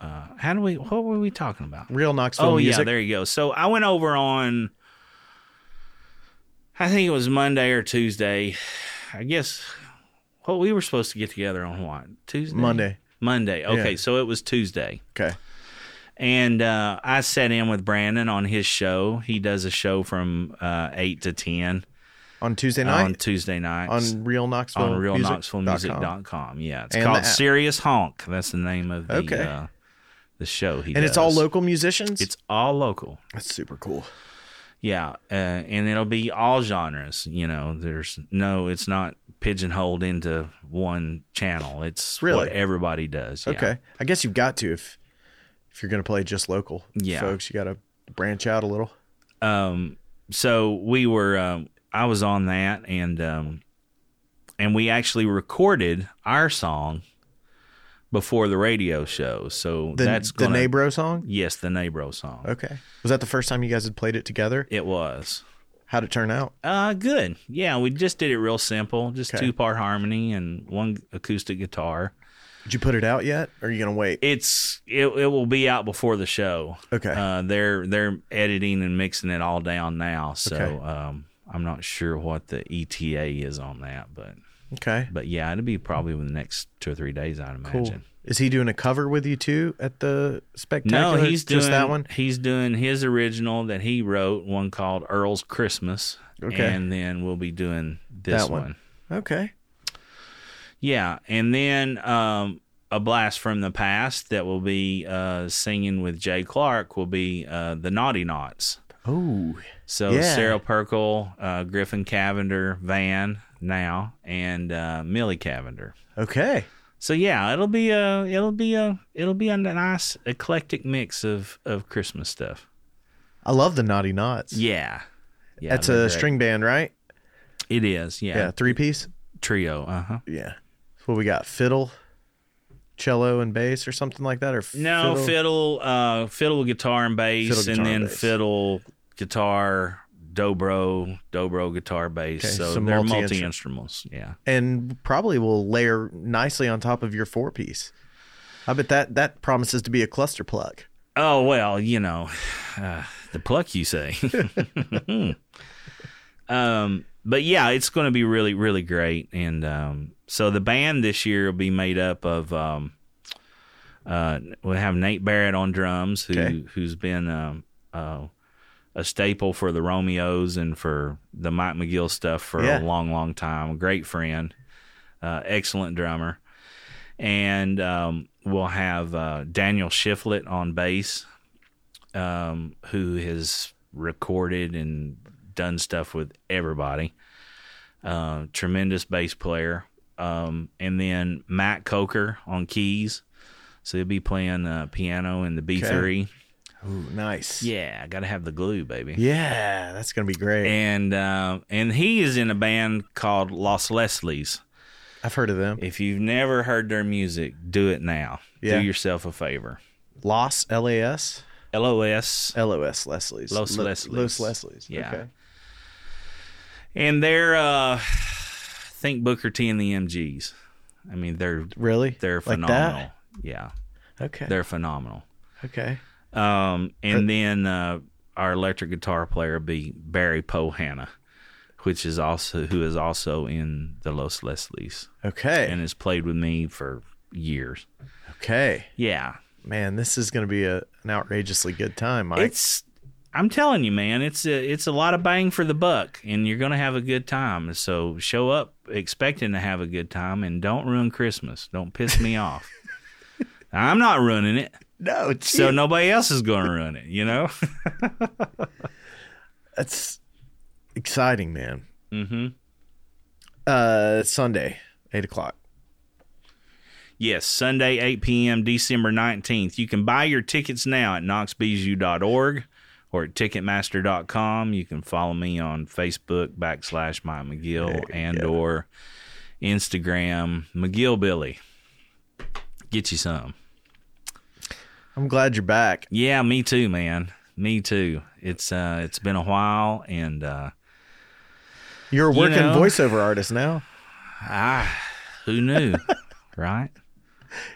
S3: uh, how do we? What were we talking about?
S1: Real Knoxville
S3: Oh yeah,
S1: music.
S3: there you go. So I went over on I think it was Monday or Tuesday. I guess well, we were supposed to get together on what? Tuesday?
S1: Monday.
S3: Monday. Okay,
S1: Yeah.
S3: so it was Tuesday.
S1: Okay.
S3: And uh, I sat in with Brandon on his show. He does a show from uh, eight to ten
S1: On Tuesday
S3: on
S1: night
S3: Tuesday nights.
S1: on Real Knoxville.
S3: on real
S1: Music
S3: Knoxville
S1: dot com.
S3: com. Yeah. It's
S1: And the
S3: called
S1: app.
S3: Serious Honk. That's the name of the
S1: Okay.
S3: uh, the show he
S1: And it's all
S3: does.
S1: local musicians.
S3: It's all local.
S1: that's super cool.
S3: Yeah, uh, and it'll be all genres. You know, there's no, it's not pigeonholed into one channel. It's
S1: Really?
S3: what everybody does. yeah.
S1: Okay. I guess you've got to if if you're going to play just local
S3: Yeah.
S1: folks, you got to branch out a little.
S3: Um. So we were, um, I was on that, and um, and we actually recorded our song before the radio show. So
S1: The,
S3: that's
S1: the
S3: gonna,
S1: Neighbro song.
S3: Yes, the neighbor song.
S1: Okay. Was that the first time you guys had played it together?
S3: It was.
S1: How'd it turn out?
S3: Uh, good. Yeah, we just did it real simple, just
S1: Okay.
S3: two part harmony and one acoustic guitar.
S1: Did you put it out yet? Or are you going to wait?
S3: it's it, it will be out before the show.
S1: Okay.
S3: Uh, they're they're editing and mixing it all down now, so
S1: Okay.
S3: um, I'm not sure what the ETA is on that, but
S1: okay.
S3: but yeah, it'll be probably within the next two or three days, I'd imagine.
S1: Cool. Is he doing a cover with you too at the
S3: No,
S1: spectacular?
S3: he's doing
S1: just that one.
S3: He's doing his original that he wrote, one called Earl's Christmas,
S1: Okay.
S3: and then we'll be doing this
S1: That one.
S3: one.
S1: Okay.
S3: Yeah, and then um, a blast from the past that will be uh, singing with Jay Clark will be uh, the Naughty Knots.
S1: Oh,
S3: So
S1: Yeah.
S3: Sarah Perkle, uh, Griffin Cavender, Van now, and uh, Millie Cavender.
S1: okay.
S3: So yeah, it'll be a it'll be a it'll be a nice eclectic mix of of Christmas stuff.
S1: I love the Naughty Knots.
S3: Yeah, yeah
S1: That's
S3: they're
S1: a
S3: great.
S1: string band, right?
S3: It is. Yeah,
S1: Yeah. Three piece.
S3: trio. Uh huh.
S1: Yeah. What we got? Fiddle, cello, and bass, or something like that, or
S3: No fiddle, uh, fiddle, guitar and bass,
S1: Fiddle, guitar,
S3: and then
S1: and bass.
S3: fiddle, guitar, dobro, dobro, guitar, bass.
S1: Okay,
S3: so
S1: so
S3: they're multi
S1: multi-instru-
S3: instruments. Yeah.
S1: and probably will layer nicely on top of your four piece. I bet that that promises to be a cluster plug.
S3: Oh well, you know, uh, the pluck you say. um, but yeah, it's going to be really, really great. And um, so the band this year will be made up of um, uh, we'll have Nate Barrett on drums, who
S1: Okay.
S3: who's been um, uh, a staple for the Romeos and for the Mike McGill stuff for
S1: Yeah.
S3: a long, long time. A great friend, uh, excellent drummer, and um, we'll have uh, Daniel Shiflett on bass, um, who has recorded and done stuff with everybody. Uh, tremendous bass player. Um, and then Matt Coker on keys. So he'll be playing uh, piano in the B3.
S1: Ooh, nice.
S3: Yeah, I got to have the glue, baby.
S1: Yeah, that's gonna be great.
S3: And uh, and he is in a band called Los Leslies.
S1: I've heard of them.
S3: If you've never heard their music, do it now.
S1: Yeah.
S3: Do yourself a favor.
S1: Los L A S.
S3: LOS.
S1: LOS Leslie's.
S3: Los
S1: Le-
S3: Leslie's.
S1: Los Leslie's.
S3: Yeah.
S1: Okay.
S3: And they're uh think Booker T and the MGs. I mean they're
S1: Really?
S3: they're
S1: Like
S3: phenomenal.
S1: that?
S3: Yeah.
S1: Okay.
S3: They're phenomenal.
S1: okay.
S3: Um and then uh our electric guitar player would be Barry Pohanna, which is also who is also in the Los Leslies
S1: Okay.
S3: and has played with me for years.
S1: okay.
S3: Yeah.
S1: Man, this is going to be a, an outrageously good time, Mike.
S3: It's I'm telling you, man, it's a it's a lot of bang for the buck, and you're gonna have a good time. So show up expecting to have a good time, and don't ruin Christmas. Don't piss me off. I'm not ruining it,
S1: no,
S3: so nobody else is gonna ruin it. You know.
S1: that's exciting, man.
S3: mm-hmm.
S1: Uh, Sunday, eight o'clock.
S3: Yes, Sunday, 8 p.m., December 19th. You can buy your tickets now at knoxbzu.org or at ticketmaster.com. You can follow me on Facebook, backslash my McGill, and or Instagram, McGill Billy. Get you some.
S1: I'm glad you're back.
S3: Yeah, me too, man. Me too. It's uh, It's been a while, and uh,
S1: You're a
S3: You
S1: working
S3: know-
S1: voiceover artist now.
S3: ah, who knew, right?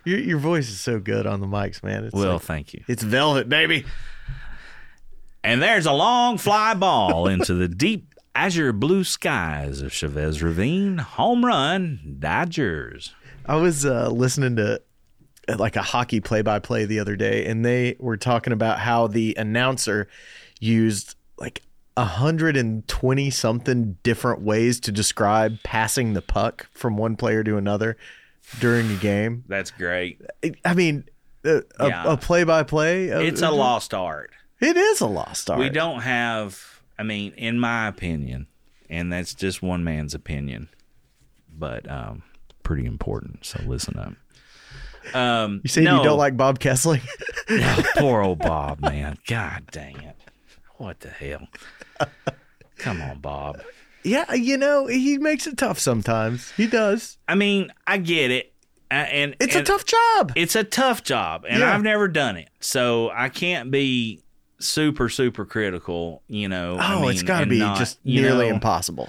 S1: Your, your voice is so good on the mics, man. It's
S3: Well,
S1: like-
S3: thank you.
S1: it's velvet, baby.
S3: And there's a long fly ball into the deep azure blue skies of Chavez Ravine. Home run, Dodgers.
S1: I was uh, listening to uh, like a hockey play-by-play the other day, and they were talking about how the announcer used like hundred and twenty something different ways to describe passing the puck from one player to another during a game.
S3: That's great.
S1: It- I mean, uh, a,
S3: Yeah.
S1: a play-by-play. of-
S3: It's a lost art.
S1: It is a lost art.
S3: We don't have, I mean, in my opinion, and that's just one man's opinion, but um, pretty important. So listen up. Um,
S1: You said you don't like Bob Kessling.
S3: poor old Bob, man. God dang it. What the hell? Come on, Bob.
S1: yeah, you know he makes it tough sometimes. He does.
S3: I mean, I get it. I, and
S1: It's a
S3: and-
S1: tough job.
S3: it's a tough job and
S1: Yeah.
S3: I've never done it. So I can't be super, super critical, you know.
S1: oh,
S3: I mean,
S1: it's got to
S3: and
S1: be
S3: not,
S1: just
S3: you
S1: nearly
S3: know,
S1: impossible.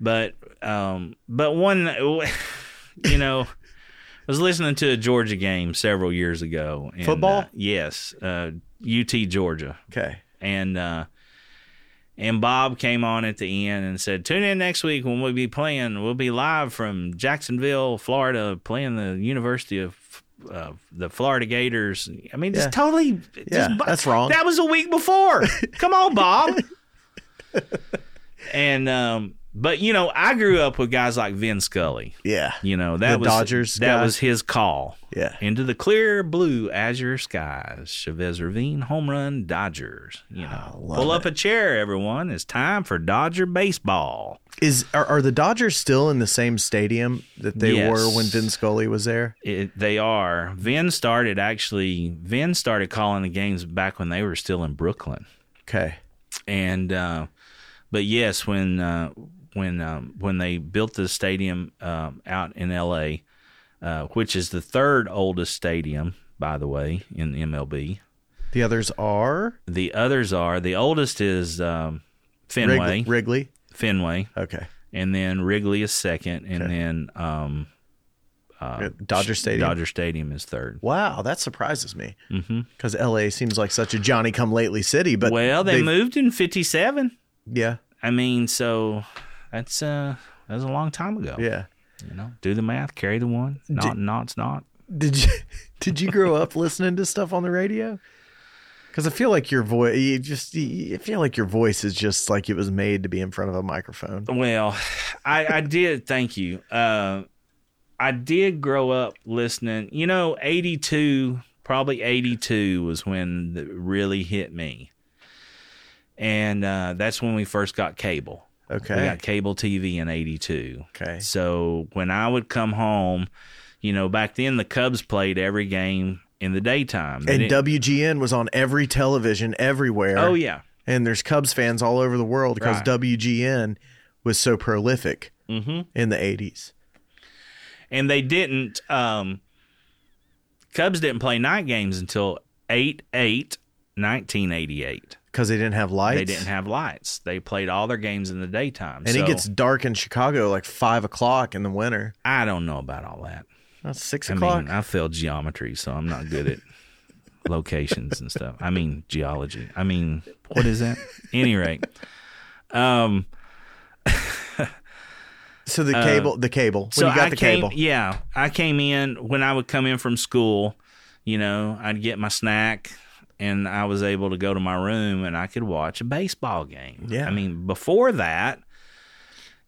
S3: But um but one you know I was listening to a Georgia game several years ago. And,
S1: Football?
S3: uh, yes. Uh UT Georgia.
S1: Okay.
S3: And uh and Bob came on at the end and said, "Tune in next week when we'll be playing. We'll be live from Jacksonville, Florida, playing the University of uh, the Florida Gators." I mean,
S1: Yeah.
S3: it's totally.
S1: Yeah,
S3: just-
S1: that's wrong.
S3: That was a week before. Come on, Bob. and um, but you know, I grew up with guys like Vin Scully.
S1: Yeah.
S3: You know that
S1: The
S3: was
S1: Dodgers
S3: That
S1: guy.
S3: was his call.
S1: Yeah.
S3: Into the clear blue azure skies, Chavez Ravine home run Dodgers. You know,
S1: love
S3: pull up a chair, everyone. It's time for Dodger baseball.
S1: Is are, are the Dodgers still in the same stadium that they
S3: Yes.
S1: were when Vin Scully was there?
S3: It, they are. Vin started actually. Vin started calling the games back when they were still in Brooklyn.
S1: Okay.
S3: and uh, but yes, when uh, when um, when they built the stadium um, out in L.A., uh, which is the third oldest stadium, by the way, in MLB.
S1: The others are
S3: The others are the oldest is um, Fenway,
S1: Wrigley. Wrigley.
S3: Fenway,
S1: Okay.
S3: and then Wrigley is second, and
S1: Okay.
S3: then um, Uh,
S1: Dodger Stadium.
S3: Dodger Stadium is third.
S1: Wow, that surprises me.
S3: Mm-hmm.
S1: Because LA seems like such a Johnny come lately city, but
S3: well, they
S1: they've-
S3: moved in '57.
S1: Yeah,
S3: I mean, so that's uh, that was a long time ago.
S1: yeah.
S3: You know, do the math, carry the one, not knots, not.
S1: Did you did you grow up listening to stuff on the radio? Because I feel like your voice, you just, you feel like your voice is just like it was made to be in front of a microphone.
S3: Well, I, I did. Thank you. Uh, I did grow up listening. You know, eighty two, probably eighty two, was when it really hit me, and uh, that's when we first got cable. We
S1: Okay.
S3: got cable TV in eighty two.
S1: Okay.
S3: So when I would come home, you know, back then the Cubs played every game in the daytime. They
S1: And
S3: didn't-
S1: WGN was on every television everywhere.
S3: oh yeah,
S1: and there's Cubs fans all over the world because
S3: Right.
S1: WGN was so prolific in the 80s.
S3: and they didn't um Cubs didn't play night games until 8 8 1988.
S1: because they didn't have lights.
S3: They didn't have lights. They played all their games in the daytime.
S1: and
S3: so
S1: it gets dark in Chicago like five o'clock in the winter.
S3: I don't know about all that.
S1: That's six
S3: I
S1: o'clock.
S3: mean, I failed geometry, so I'm not good at locations and stuff. I mean, geology. I mean, what is that? Any rate, um,
S1: so the cable, the cable. When
S3: uh, so
S1: you got
S3: I
S1: the
S3: came,
S1: cable,
S3: yeah, I came in when I would come in from school. You know, I'd get my snack, and I was able to go to my room and I could watch a baseball game.
S1: Yeah.
S3: I mean, before that.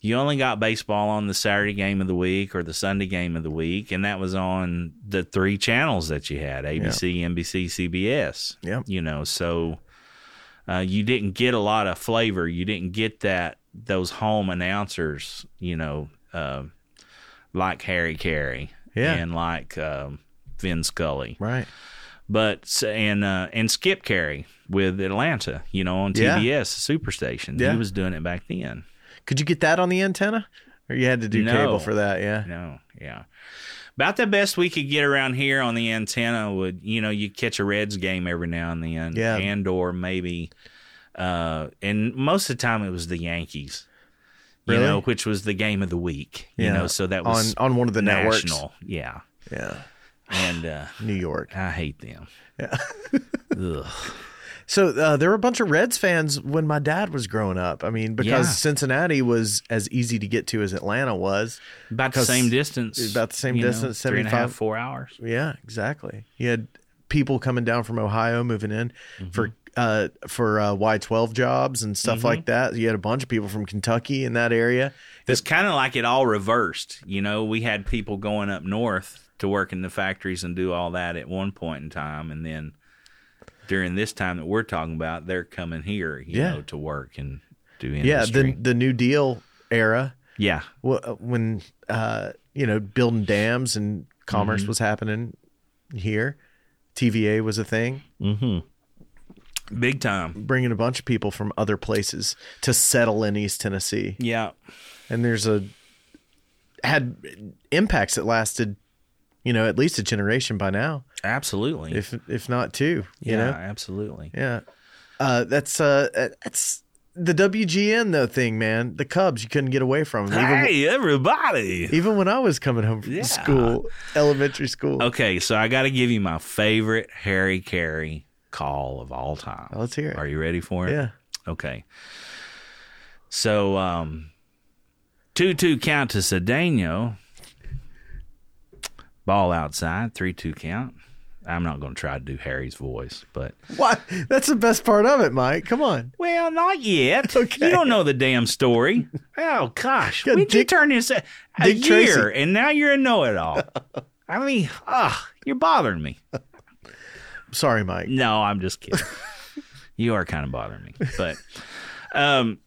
S3: You only got baseball on the Saturday game of the week or the Sunday game of the week, and that was on the three channels that you had ABC, NBC, CBS.
S1: Yep.
S3: You know, so uh, you didn't get a lot of flavor. You didn't get that those home announcers, you know, uh, like Harry Carey
S1: Yeah.
S3: and like um, Vin Scully,
S1: right?
S3: but and uh, and Skip Carey with Atlanta, you know, on
S1: Yeah.
S3: TBS Superstation.
S1: Yeah.
S3: He was doing it back then.
S1: Could you get that on the antenna, or you had to do
S3: No.
S1: cable for that? Yeah,
S3: No, yeah. About the best we could get around here on the antenna would, you know, you catch a Reds game every now and then,
S1: Yeah.
S3: and or maybe, uh, and most of the time it was the Yankees, you
S1: Really?
S3: know, which was the game of the week, you
S1: Yeah.
S3: know, so that was
S1: on on one of the networks.
S3: national, yeah,
S1: Yeah,
S3: and uh,
S1: New York.
S3: I hate them. Ugh.
S1: So uh, there were a bunch of Reds fans when my dad was growing up. I mean, because
S3: Yeah.
S1: Cincinnati was as easy to get to as Atlanta was.
S3: About the
S1: 'Cause
S3: same distance,
S1: about the same
S3: you know,
S1: distance,
S3: three and a half,
S1: 75.
S3: four hours.
S1: Yeah, exactly. You had people coming down from Ohio moving in for uh for uh Y12 jobs and stuff like that. You had a bunch of people from Kentucky in that area.
S3: It's kind of like it all reversed. You know, we had people going up north to work in the factories and do all that at one point in time, and then during this time that we're talking about, they're coming here, you
S1: Yeah.
S3: know, to work and do
S1: Yeah,
S3: industry.
S1: the the New Deal era
S3: yeah,
S1: wh- when uh you know building dams and commerce was happening here. TVA was a thing, Mm-hmm.
S3: big time.
S1: bringing a bunch of people from other places to settle in East Tennessee.
S3: Yeah,
S1: and there's a had impacts that lasted you know at least a generation by now
S3: absolutely.
S1: if if not two
S3: yeah,
S1: you know
S3: absolutely.
S1: yeah uh that's uh that's the WGN though thing man the Cubs you couldn't get away from 'em, even
S3: Hey, everybody.
S1: even when I was coming home from
S3: Yeah.
S1: school elementary school
S3: Okay, so I got to give you my favorite Harry Carey call of all time.
S1: let's hear it.
S3: Are you ready for it?
S1: yeah
S3: Okay. So, um, 2 2 count to Cedeno. Ball outside, 3 2 count. I'm not going to try to do Harry's voice, but.
S1: what that's the best part of it Mike come on
S3: Well, not yet.
S1: Okay.
S3: You don't know the damn story. Oh, gosh.
S1: Yeah,
S3: When did you
S1: Dick-
S3: turn this a, a
S1: Dick
S3: year
S1: Tracy.
S3: and now you're a know it all? I mean, ugh, you're bothering me.
S1: sorry Mike
S3: No, I'm just kidding. you are kind of bothering me, but um,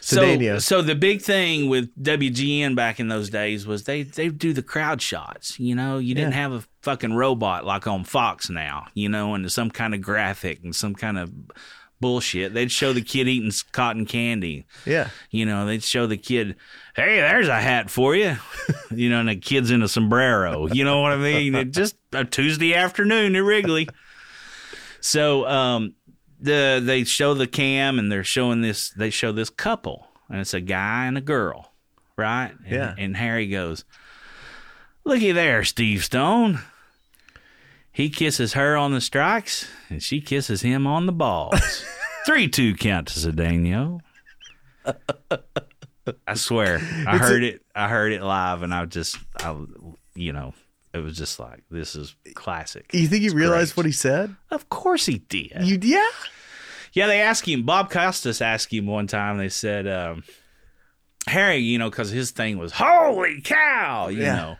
S3: so
S1: Sedania.
S3: so the big thing with WGN back in those days was they they do the crowd shots. You know, you didn't
S1: Yeah.
S3: have a fucking robot like on Fox now. You know, and some kind of graphic and some kind of bullshit. They'd show the kid eating s- cotton candy.
S1: yeah
S3: You know, they'd show the kid, hey, there's a hat for you. you know, and the kid's in a sombrero. You know what I mean? It just a Tuesday afternoon at Wrigley. So um, the they show the cam and they're showing this. They show this couple, and it's a guy and a girl, right? And,
S1: Yeah.
S3: And Harry goes, "Looky there, Steve Stone." He kisses her on the strikes, and she kisses him on the balls. Three two count to Cedeno. I swear, I heard it. I heard it live, and I just, I, you know, it was just like this is classic.
S1: you think you realized
S3: great.
S1: what he said
S3: Of course he did.
S1: you yeah
S3: yeah, they asked him. Bob Costas asked him one time. They said, um, Harry, you know, because his thing was "Holy cow," you
S1: Yeah.
S3: know.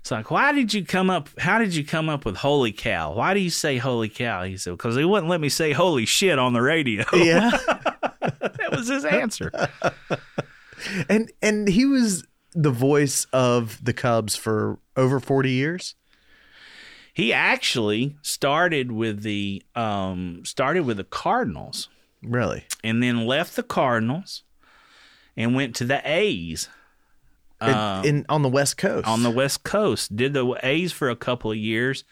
S3: It's like, why did you come up? How did you come up with "Holy cow"? Why do you say "Holy cow"? He said, because they wouldn't let me say "Holy shit" on the radio.
S1: yeah
S3: that was his answer.
S1: And and he was the voice of the Cubs for over 40 years.
S3: He actually started with the um, started with the Cardinals,
S1: Really?
S3: and then left the Cardinals, and went to the A's.
S1: And-
S3: Um,
S1: in on the West Coast.
S3: on the West Coast. Did the A's for a couple of years,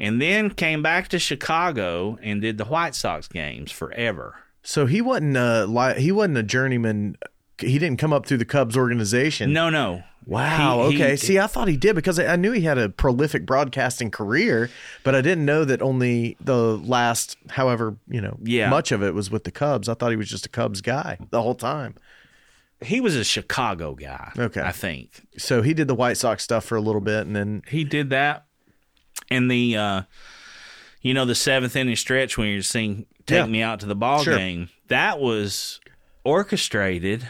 S3: and then came back to Chicago and did the White Sox games forever.
S1: So he wasn't a li- he wasn't a journeyman. He didn't come up through the Cubs organization.
S3: No, no.
S1: Wow.
S3: He- he-
S1: okay. See, I thought he did because I I knew he had a prolific broadcasting career, but I didn't know that only the last, however, you know,
S3: Yeah.
S1: much of it was with the Cubs. I thought he was just a Cubs guy the whole time.
S3: he was a Chicago guy.
S1: Okay.
S3: I think
S1: So he did the White Sox stuff for a little bit, and then
S3: he did that. And the, uh, you know, the seventh inning stretch when you're seeing
S1: Yeah.
S3: "Take Me Out to the Ball
S1: Sure.
S3: Game" that was orchestrated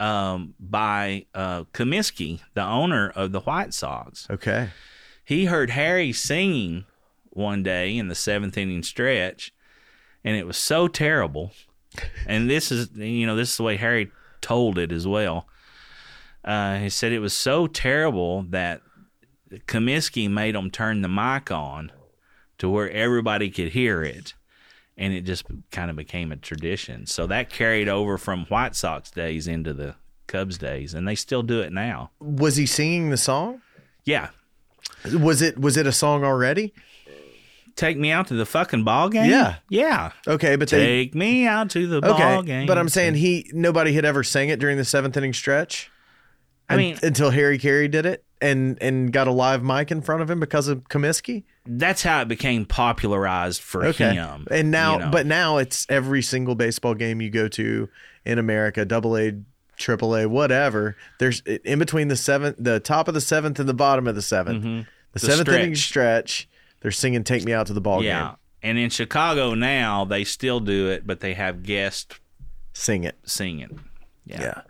S3: um, by uh, Comiskey, the owner of the White Sox.
S1: okay,
S3: he heard Harry singing one day in the seventh inning stretch, and it was so terrible. And this is, you know, this is the way Harry told it as well. Uh, he said it was so terrible that Comiskey made them turn the mic on to where everybody could hear it. And it just kind of became a tradition. So that carried over from White Sox days into the Cubs days, and they still do it now.
S1: was he singing the song?
S3: Yeah.
S1: Was it was it a song already?
S3: Take me out to the fucking ball game?
S1: Yeah.
S3: Yeah.
S1: Okay, but they
S3: Take me out to the
S1: okay,
S3: ball game.
S1: but I'm saying he nobody had ever sang it during the seventh inning stretch.
S3: I
S1: Un-
S3: mean-
S1: until Harry Carey did it and and got a live mic in front of him because of Comiskey.
S3: that's how it became popularized for
S1: Okay,
S3: him.
S1: and now
S3: you know.
S1: but now it's every single baseball game you go to in America, Double A, Triple A, whatever. There's in between the seventh, the top of the seventh and the bottom of the 7th
S3: Mm-hmm.
S1: the, seventh inning stretch. They're singing "Take Me Out to the Ball
S3: yeah.
S1: Game."
S3: And in Chicago now, they still do it, but they have guests
S1: Sing it.
S3: sing it. Yeah.
S1: Yeah.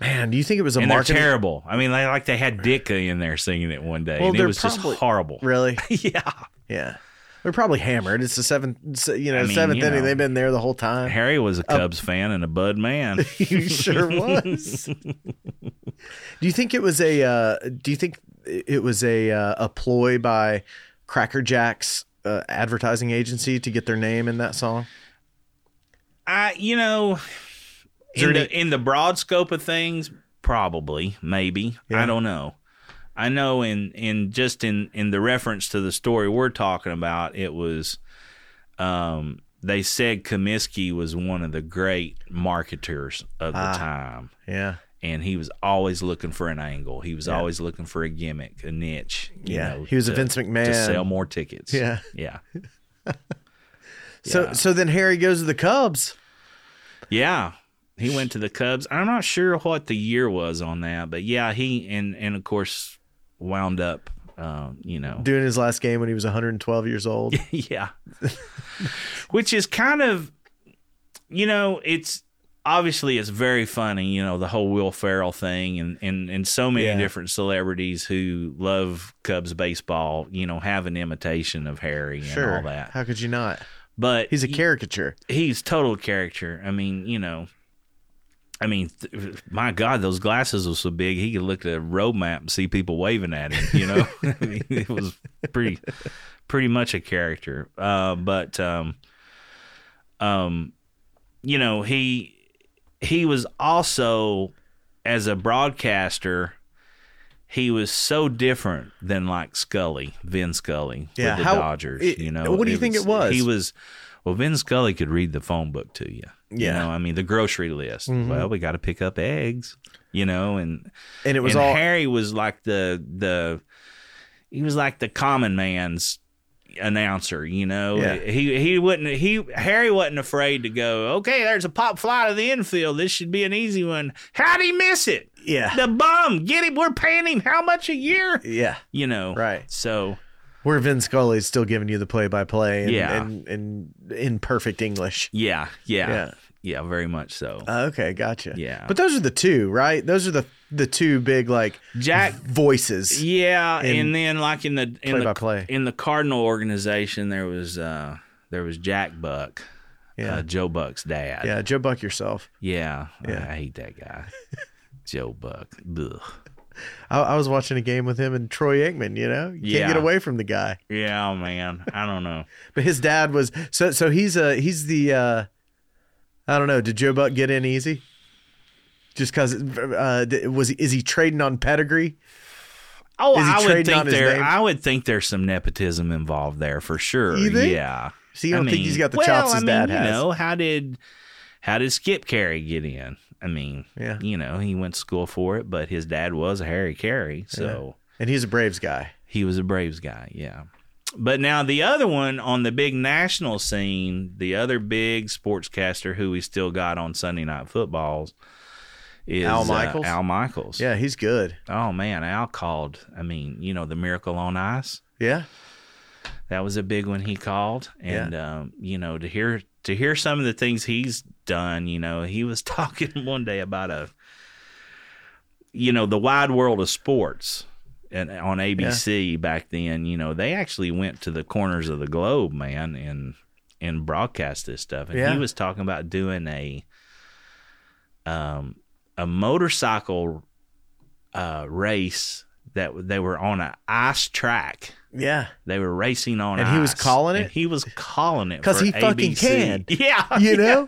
S1: Man, do you think it was a
S3: And they're
S1: marketing?
S3: terrible. I mean, they, like they had Dicka in there singing it one day,
S1: Well,
S3: and it
S1: they're
S3: was
S1: probably-
S3: just horrible.
S1: Really?
S3: yeah.
S1: Yeah. They're probably hammered. It's the seventh, se- you know,
S3: I mean,
S1: seventh
S3: you
S1: inning.
S3: know.
S1: They've been there the whole time.
S3: Harry was a
S1: Uh,
S3: Cubs fan and a Bud man.
S1: he sure was. do you think it was a? Uh, do you think it was a uh, a ploy by Cracker Jack's uh, advertising agency to get their name in that song?
S3: I, you know,
S1: Is there
S3: in
S1: any-
S3: the, in the broad scope of things, probably, maybe.
S1: Yeah.
S3: I don't know. I know in in just in in the reference to the story we're talking about, it was um they said Comiskey was one of the great marketers of the
S1: Ah.
S3: time
S1: Yeah.
S3: and he was always looking for an angle. He was
S1: Yeah.
S3: always looking for a gimmick, a niche, you
S1: Yeah.
S3: know,
S1: he was
S3: to,
S1: a Vince McMahon.
S3: to sell more tickets.
S1: Yeah.
S3: Yeah.
S1: So
S3: Yeah.
S1: so then Harry goes to the Cubs.
S3: Yeah. He went to the Cubs. I'm not sure what the year was on that, but yeah, he and and of course wound up um, you know.
S1: Doing his last game when he was 112 years old.
S3: yeah. Which is kind of you know, it's obviously it's very funny, you know, the whole Will Ferrell thing and and and so many
S1: Yeah.
S3: different celebrities who love Cubs baseball, you know, have an imitation of Harry and
S1: sure.
S3: all that.
S1: How could you not?
S3: But
S1: He's a
S3: y-
S1: caricature.
S3: he's total character. I mean, you know, I mean, th- my God, those glasses were so big he could look at a road map and see people waving at him. You know, I mean, it was pretty, pretty much a character. Uh, but, um, um, you know, he he was also as a broadcaster. He was so different than like Scully, Vin Scully
S1: Yeah,
S3: with the
S1: how-
S3: Dodgers.
S1: it-
S3: you know,
S1: what do you think it was?
S3: He was well, Vin Scully could read the phone book to you.
S1: Yeah. Mm-hmm.
S3: You know, I mean, the grocery list. Well, we got to pick up eggs, you know, and
S1: And it was
S3: and
S1: all
S3: Harry was like the the he was like the common man's announcer, you know.
S1: Yeah.
S3: He he wouldn't he Harry wasn't afraid to go, "Okay, there's a pop fly to the infield. This should be an easy one." How'd he miss it?
S1: yeah.
S3: The bum, get him. We're paying him how much a year?
S1: yeah.
S3: You know.
S1: Right.
S3: So,
S1: Where Vin Scully is still giving you the play by play
S3: Yeah.
S1: and and in perfect English.
S3: yeah, yeah.
S1: Yeah.
S3: Yeah, very much so.
S1: Uh, okay, gotcha.
S3: Yeah.
S1: But those are the two, right? Those are the the two big like
S3: Jack
S1: voices.
S3: Yeah,
S1: in
S3: and, then like in the in the
S1: play-by-play.
S3: in the Cardinal organization, there was uh there was Jack Buck,
S1: Yeah.
S3: uh, Joe Buck's dad.
S1: yeah, Joe Buck yourself.
S3: yeah,
S1: Yeah.
S3: I, hate that guy, Joe Buck. Ugh.
S1: I, I was watching a game with him and Troy Aikman, you know? You
S3: Yeah.
S1: can't get away from the guy.
S3: Yeah, man, I don't know.
S1: But his dad was so so he's uh he's the uh I don't know, did Joe Buck get in easy? Just cuz uh d- was he, is he trading on pedigree?
S3: Oh,
S1: Is he
S3: I would
S1: trading
S3: think
S1: on his
S3: there.
S1: name?
S3: I would think there's some nepotism involved there for sure.
S1: You think?
S3: Yeah.
S1: So you don't
S3: I
S1: think he's
S3: mean-
S1: got the
S3: well,
S1: chops his
S3: I mean,
S1: dad
S3: you
S1: has?
S3: know, how did how did Skip Carey get in? I mean,
S1: Yeah.
S3: you know, he went to school for it, but his dad was a Harry Carey, so
S1: And he's a Braves guy.
S3: he was a Braves guy. Yeah. But now the other one on the big national scene, the other big sportscaster who we still got on Sunday Night Footballs is
S1: Al
S3: uh,
S1: Michaels?
S3: Al Michaels.
S1: Yeah, he's good.
S3: Oh man, Al called. I mean, you know, the Miracle on Ice.
S1: Yeah.
S3: That was a big one he called, and um, you know, to hear to hear some of the things he's done. You know, he was talking one day about a, you know, the wide world of sports, and on ABC back then. You know, they actually went to the corners of the globe, man, and and broadcast this stuff. And
S1: Yeah.
S3: he was talking about doing a, um, a motorcycle, uh, race that they were on an ice track.
S1: Yeah.
S3: They were racing on
S1: And he was
S3: ice.
S1: calling
S3: And
S1: it?
S3: he was calling it
S1: 'Cause
S3: for
S1: he fucking
S3: ABC.
S1: can.
S3: Yeah,
S1: You know?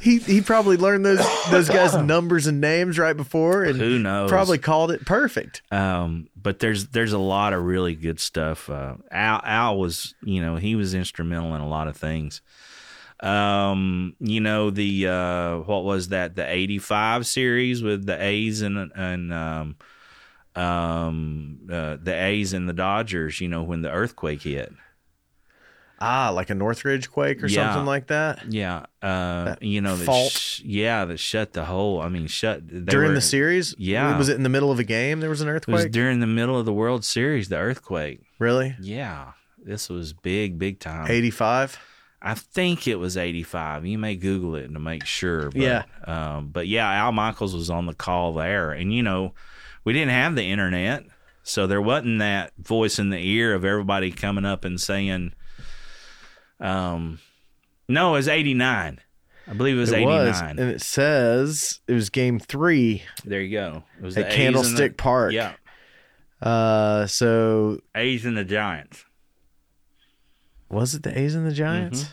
S1: He he probably learned those those guys' numbers and names right before and
S3: who knows?
S1: probably called it perfect.
S3: Um, but there's there's a lot of really good stuff. Uh, Al Al was you know he was instrumental in a lot of things. Um, you know the uh, what was that the '85 series with the A's and and um, um, uh, the A's and the Dodgers. You know when the earthquake hit.
S1: Ah, like a Northridge quake or
S3: Yeah.
S1: something like that.
S3: Yeah, uh, you know, that
S1: fault.
S3: sh- yeah, that shut the whole. I mean, shut they
S1: During
S3: were-
S1: the series?
S3: Yeah.
S1: Was it in the middle of a game there was an
S3: It was
S1: earthquake?
S3: during the middle of the World Series, the earthquake.
S1: really?
S3: Yeah, this was big, big time.
S1: Eighty five?
S3: I think it was eighty-five. You may Google it to make sure. But,
S1: Yeah.
S3: um, but yeah, Al Michaels was on the call there, and you know, we didn't have the internet, so there wasn't that voice in the ear of everybody coming up and saying, um, no, it was eighty-nine. I believe it was
S1: It was.
S3: eighty-nine.
S1: And it says it was game three
S3: There you go. It was the
S1: at
S3: A's
S1: Candlestick
S3: and the,
S1: Park.
S3: Yeah,
S1: Uh so
S3: A's and the Giants.
S1: was it the A's and the
S3: Mm-hmm.
S1: Giants?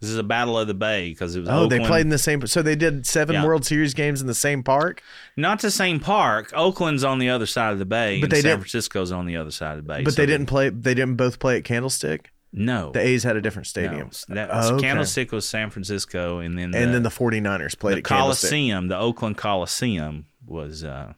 S3: This is a battle of the Bay because it was.
S1: Oh, they
S3: Oakland-
S1: played in the same. So they did seven
S3: Yeah.
S1: World Series games in the same park.
S3: not the same park. Oakland's on the other side of the bay,
S1: But
S3: but
S1: they
S3: and San
S1: didn't-
S3: Francisco's on the other side of the bay.
S1: But
S3: so
S1: they didn't play. They didn't both play at Candlestick.
S3: No,
S1: The A's had a different stadium.
S3: no. That
S1: Oh, okay.
S3: Candlestick was San Francisco, and then
S1: and
S3: the,
S1: then the 49ers played
S3: the
S1: at Coliseum.
S3: Coliseum, the Oakland Coliseum, was uh,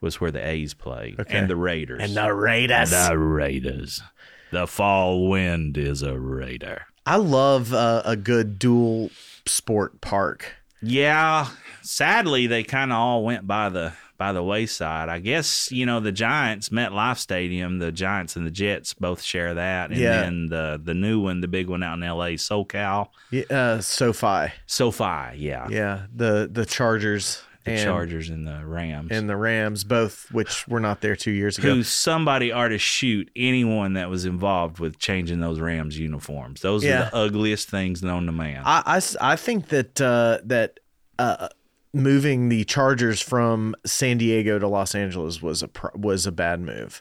S3: was where the A's played,
S1: Okay.
S3: and the Raiders,
S1: Raiders.
S3: the Raiders. The fall wind is a raider.
S1: I love uh, a good dual sport park.
S3: Yeah, sadly they kind of all went by the by the wayside. I guess you know the Giants, MetLife Stadium, the Giants and the Jets both share that, and
S1: Yeah.
S3: then the the new one, the big one out in L.A., SoCal,
S1: Yeah, Uh, SoFi.
S3: SoFi, yeah,
S1: Yeah. The the Chargers
S3: the
S1: and
S3: Chargers and the Rams,
S1: and the Rams, both which were not there two years ago.
S3: who somebody are to shoot anyone that was involved with changing those Rams uniforms. Those
S1: Yeah.
S3: are the ugliest things known to man.
S1: I, I s- I think that uh, that uh, moving the Chargers from San Diego to Los Angeles was a pro- was a bad move.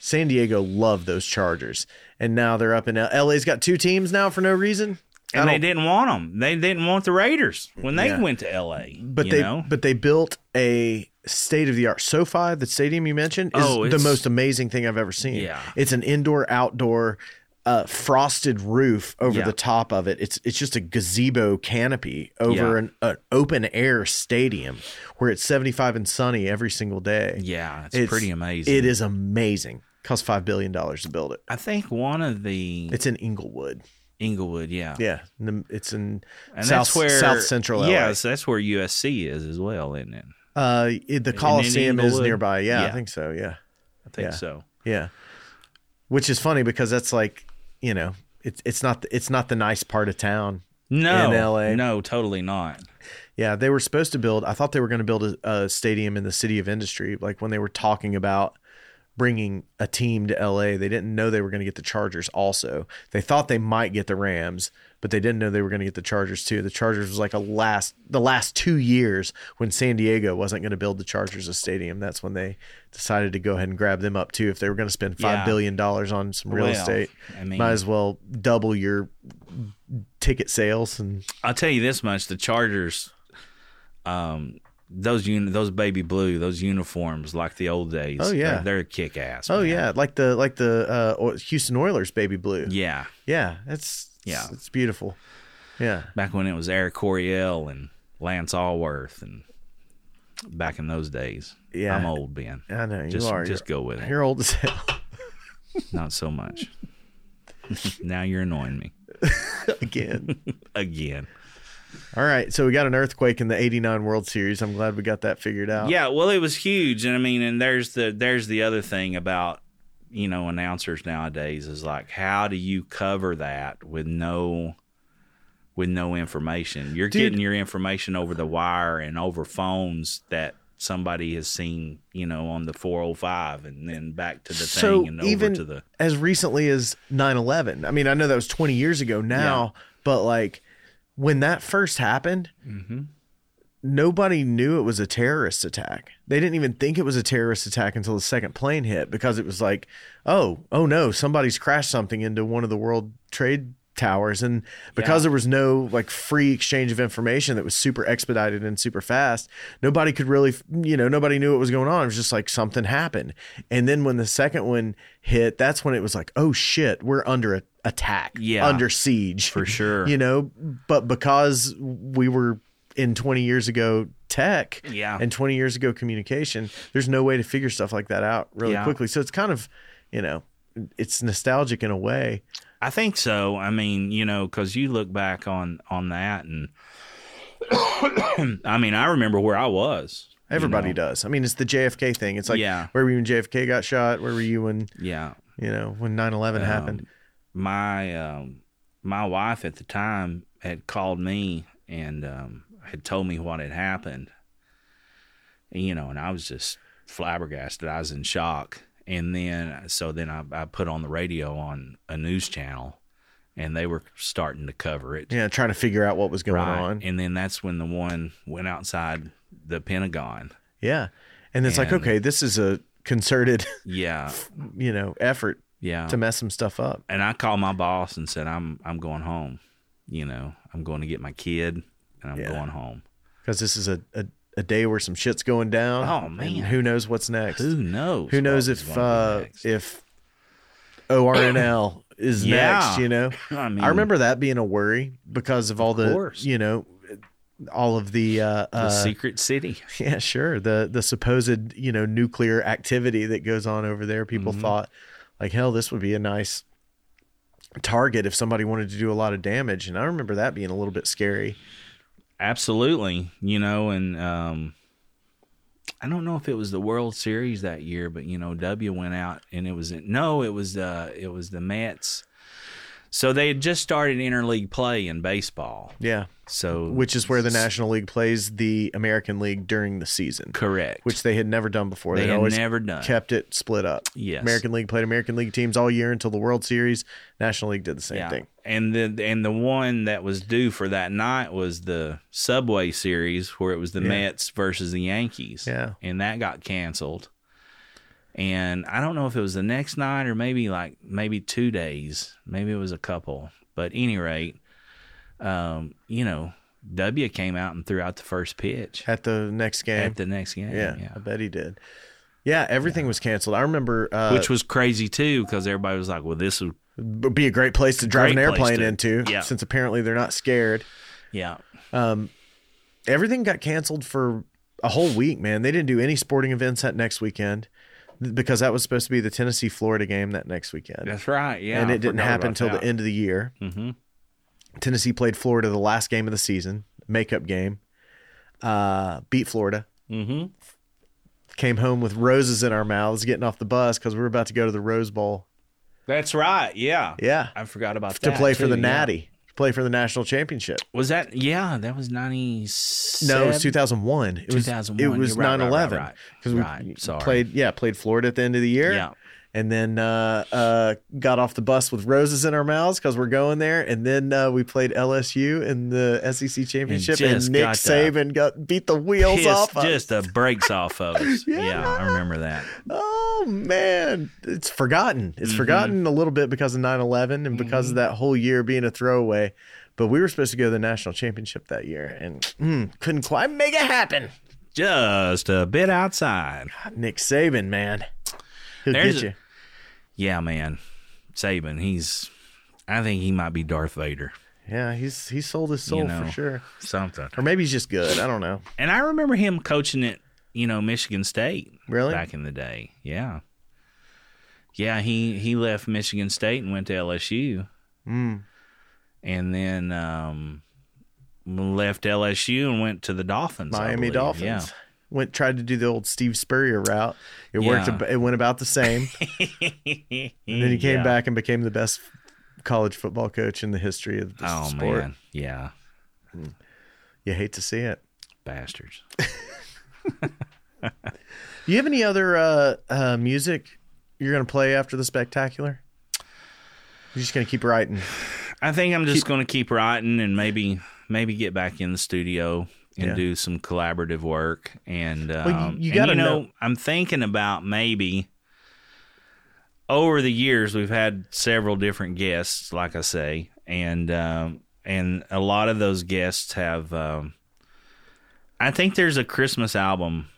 S1: San Diego loved those Chargers, and now they're up in L- LA's got two teams now for no reason. I
S3: and they
S1: don't-
S3: didn't want them. They didn't want the Raiders when they
S1: Yeah.
S3: went to L.A.
S1: but
S3: you
S1: they
S3: know?
S1: but they built a state of the art SoFi, the stadium you mentioned, is
S3: Oh,
S1: the
S3: it's-
S1: most amazing thing I've ever seen.
S3: Yeah.
S1: it's an indoor outdoor. Uh, frosted roof over
S3: Yeah.
S1: the top of it. It's it's just a gazebo canopy over
S3: Yeah.
S1: an, an open air stadium where it's seventy five and sunny every single day.
S3: yeah, it's,
S1: It's-
S3: pretty amazing.
S1: It is amazing. Cost five billion dollars to build it.
S3: I think one of the
S1: It's in Inglewood.
S3: Inglewood, yeah,
S1: Yeah, in the- it's in
S3: and
S1: South
S3: that's where
S1: South Central. LA.
S3: Yeah, so that's where USC is as well, isn't it?
S1: uh, it- the Coliseum is
S3: Inglewood.
S1: nearby. yeah, I
S3: Yeah.
S1: think so. Yeah.
S3: I think
S1: Yeah.
S3: so.
S1: Yeah, which is funny because that's like you know it's it's not it's not the nice part of town.
S3: No,
S1: In LA.
S3: no, totally not.
S1: Yeah, they were supposed to build. I thought they were going to build a, a stadium in the city of industry. Like when they were talking about bringing a team to LA, they didn't know they were going to get the Chargers. Also, they thought they might get the Rams, but they didn't know they were going to get the Chargers too. The Chargers was like a last the last two years when San Diego wasn't going to build the Chargers a stadium. That's when they decided to go ahead and grab them up too. If they were going to spend
S3: Yeah.
S1: five billion dollars on some real
S3: Well,
S1: estate,
S3: I mean,
S1: might as well double your ticket sales and
S3: I'll tell you this much: the Chargers, um, those un- those baby blue, those uniforms like the old days.
S1: Oh, yeah.
S3: they're, they're kick ass.
S1: Oh yeah, like the like the uh, O- Houston Oilers baby blue.
S3: yeah.
S1: yeah, it's
S3: Yeah.
S1: it's, it's beautiful. Yeah,
S3: Back when it was Eric Coryell and Lance Allworth, and back in those days.
S1: Yeah.
S3: I'm old, Ben.
S1: I know you
S3: Just
S1: are.
S3: just
S1: you're,
S3: go with it.
S1: You're old as hell.
S3: Not so much. now you're annoying me
S1: again.
S3: again.
S1: All right, so we got an earthquake in the '89 World Series. I'm glad we got that figured out.
S3: Yeah, well, it was huge, and I mean, and there's the there's the other thing about you know announcers nowadays is like, how do you cover that with no with no information? You're
S1: Dude.
S3: getting your information over the wire and over phones that somebody has seen, you know, on the 405, and then back to the
S1: so
S3: thing and
S1: even
S3: over to the
S1: as recently as 9-11 i mean i know that was 20 years ago now but like when that first happened
S3: Mm-hmm.
S1: nobody knew it was a terrorist attack they didn't even think it was a terrorist attack until the second plane hit because it was like oh oh no somebody's crashed something into one of the world trade towers and because
S3: Yeah.
S1: there was no like free exchange of information that was super expedited and super fast nobody could really you know nobody knew what was going on it was just like something happened and then when the second one hit that's when it was like oh shit we're under a- attack
S3: Yeah.
S1: under siege
S3: for sure.
S1: you know but because we were in 20 years ago tech
S3: Yeah.
S1: and 20 years ago communication there's no way to figure stuff like that out really
S3: Yeah.
S1: quickly so it's kind of you know it's nostalgic in a way
S3: I think so. I mean, you know, because you look back on on that, and I mean, I remember where I was. you
S1: everybody
S3: know?
S1: does i mean it's the jfk thing it's like
S3: Yeah.
S1: where were you when jfk got shot where were you when
S3: Yeah,
S1: you know when 9-11
S3: Um,
S1: happened
S3: My um, my wife at the time had called me and um, had told me what had happened. And, you know, and I was just flabbergasted. I was in shock. And then so then I, I put on the radio on a news channel, and they were starting to cover it.
S1: yeah trying to figure out what was going
S3: Right.
S1: on
S3: And then that's when the one went outside the Pentagon.
S1: yeah and it's like
S3: And-
S1: okay this is a concerted
S3: Yeah.
S1: you know effort
S3: Yeah.
S1: to mess some stuff up
S3: and I called my boss and said, I'm I'm going home. You know, I'm going to get my kid and I'm
S1: Yeah.
S3: going home.
S1: because this is a, a, a day where some shit's going down.
S3: Oh,
S1: and
S3: man.
S1: who knows what's next?
S3: Who knows?
S1: Who knows
S3: what was
S1: if
S3: gonna be
S1: uh,
S3: next?
S1: if ORNL is
S3: Yeah.
S1: next? You know,
S3: I mean,
S1: I remember that being a worry because of all the
S3: course.
S1: you know all of the, uh,
S3: the
S1: uh,
S3: secret city.
S1: yeah sure the the supposed you know nuclear activity that goes on over there.
S3: Mm-hmm.
S1: People thought like hell, this would be a nice target if somebody wanted to do a lot of damage, and I remember that being a little bit scary.
S3: Absolutely, you know, and um, I don't know if it was the World Series that year, but you know, W went out and it was no, it was uh, it was the Mets. So they had just started interleague play in baseball.
S1: Yeah.
S3: So
S1: which is where the National League plays the American League during the season,
S3: correct,
S1: which they had never done before.
S3: they
S1: They'd
S3: had
S1: always
S3: never done.
S1: kept it split up.
S3: Yes.
S1: American League played American League teams all year until the World Series. National League did the same thing.
S3: And the and the one that was due for that night was the Subway series where it was the Mets versus the Yankees.
S1: Yeah.
S3: And that got canceled. And I don't know if it was the next night or maybe like maybe two days. Maybe it was a couple. But any rate, um, you know, W came out and threw out the first pitch
S1: At the next game,
S3: at the next game.
S1: yeah, I bet he did. Yeah, everything was canceled. I remember, uh,
S3: Which was crazy too, because everybody was like, "Well, this is
S1: would be a great place to drive an
S3: Great place
S1: airplane
S3: to-
S1: into,
S3: yeah.
S1: since apparently they're not scared.
S3: yeah,
S1: everything got canceled for a whole week, man. They didn't do any sporting events that next weekend th- because that was supposed to be the Tennessee Florida game that next weekend.
S3: that's right, yeah."
S1: and
S3: I
S1: it didn't
S3: forgot
S1: happen
S3: about
S1: until the
S3: that. Mm-hmm.
S1: end of the year. Tennessee played Florida the last game of the season, makeup game. Uh, beat Florida. Mm-hmm. Came home with roses in our mouths, getting off the bus because we were about to go to the Rose Bowl.
S3: That's right, yeah,
S1: Yeah,
S3: I forgot about
S1: to
S3: that,
S1: play for
S3: too,
S1: the
S3: yeah.
S1: Natty, to play for the national championship.
S3: Was that yeah? That was ninety.
S1: No, it was 2001. It was
S3: 2001.
S1: It was
S3: You're right, right,
S1: 9/11
S3: right, right.
S1: because we
S3: Right, sorry.
S1: played. Yeah, played Florida at the end of the year.
S3: Yeah.
S1: And then uh, uh, got off the bus with roses in our mouths because we're going there. And then uh, we played LSU in the SEC championship, and,
S3: just
S1: Nick
S3: got the-
S1: Saban got beat the wheels off. us.
S3: just the brakes off of us. yeah. I remember that.
S1: Oh man, it's forgotten.
S3: Mm-hmm.
S1: It's forgotten a little bit because of 9/11 and because of that whole year being a throwaway. But we were supposed to go to the national championship that year, and mm, couldn't quite make it happen.
S3: just a bit outside.
S1: Nick Saban, man. He'll
S3: There's
S1: get
S3: a-
S1: you.
S3: Yeah, man. Saban, he's. I think he might be Darth Vader.
S1: Yeah, he's he sold his soul
S3: know.
S1: for sure.
S3: Something.
S1: Or maybe he's just good. I don't know.
S3: And I remember him coaching at, you know, Michigan State.
S1: Really?
S3: Back in the day. Yeah. Yeah, he he left Michigan State and went to LSU.
S1: Mm.
S3: And then um left LSU and went to the Dolphins. I
S1: Miami
S3: believe.
S1: Dolphins.
S3: Yeah.
S1: Went tried to do the old Steve Spurrier route. It worked.
S3: Yeah.
S1: ab- It went about the same. and then he came
S3: Yeah.
S1: back and became the best college football coach in the history of the
S3: Oh
S1: sport.
S3: man. Yeah.
S1: You hate to see it.
S3: Bastards.
S1: Do you have any other uh, uh, music you're going to play after the spectacular? You're just going to keep writing.
S3: I think I'm just going to keep writing and maybe maybe get back in the studio and
S1: Yeah.
S3: do some collaborative work. And um,
S1: you- you
S3: and,
S1: gotta
S3: know,
S1: know-
S3: I'm thinking about maybe over the years we've had several different guests, like I say, and um, and a lot of those guests have. Um, I think there's a Christmas album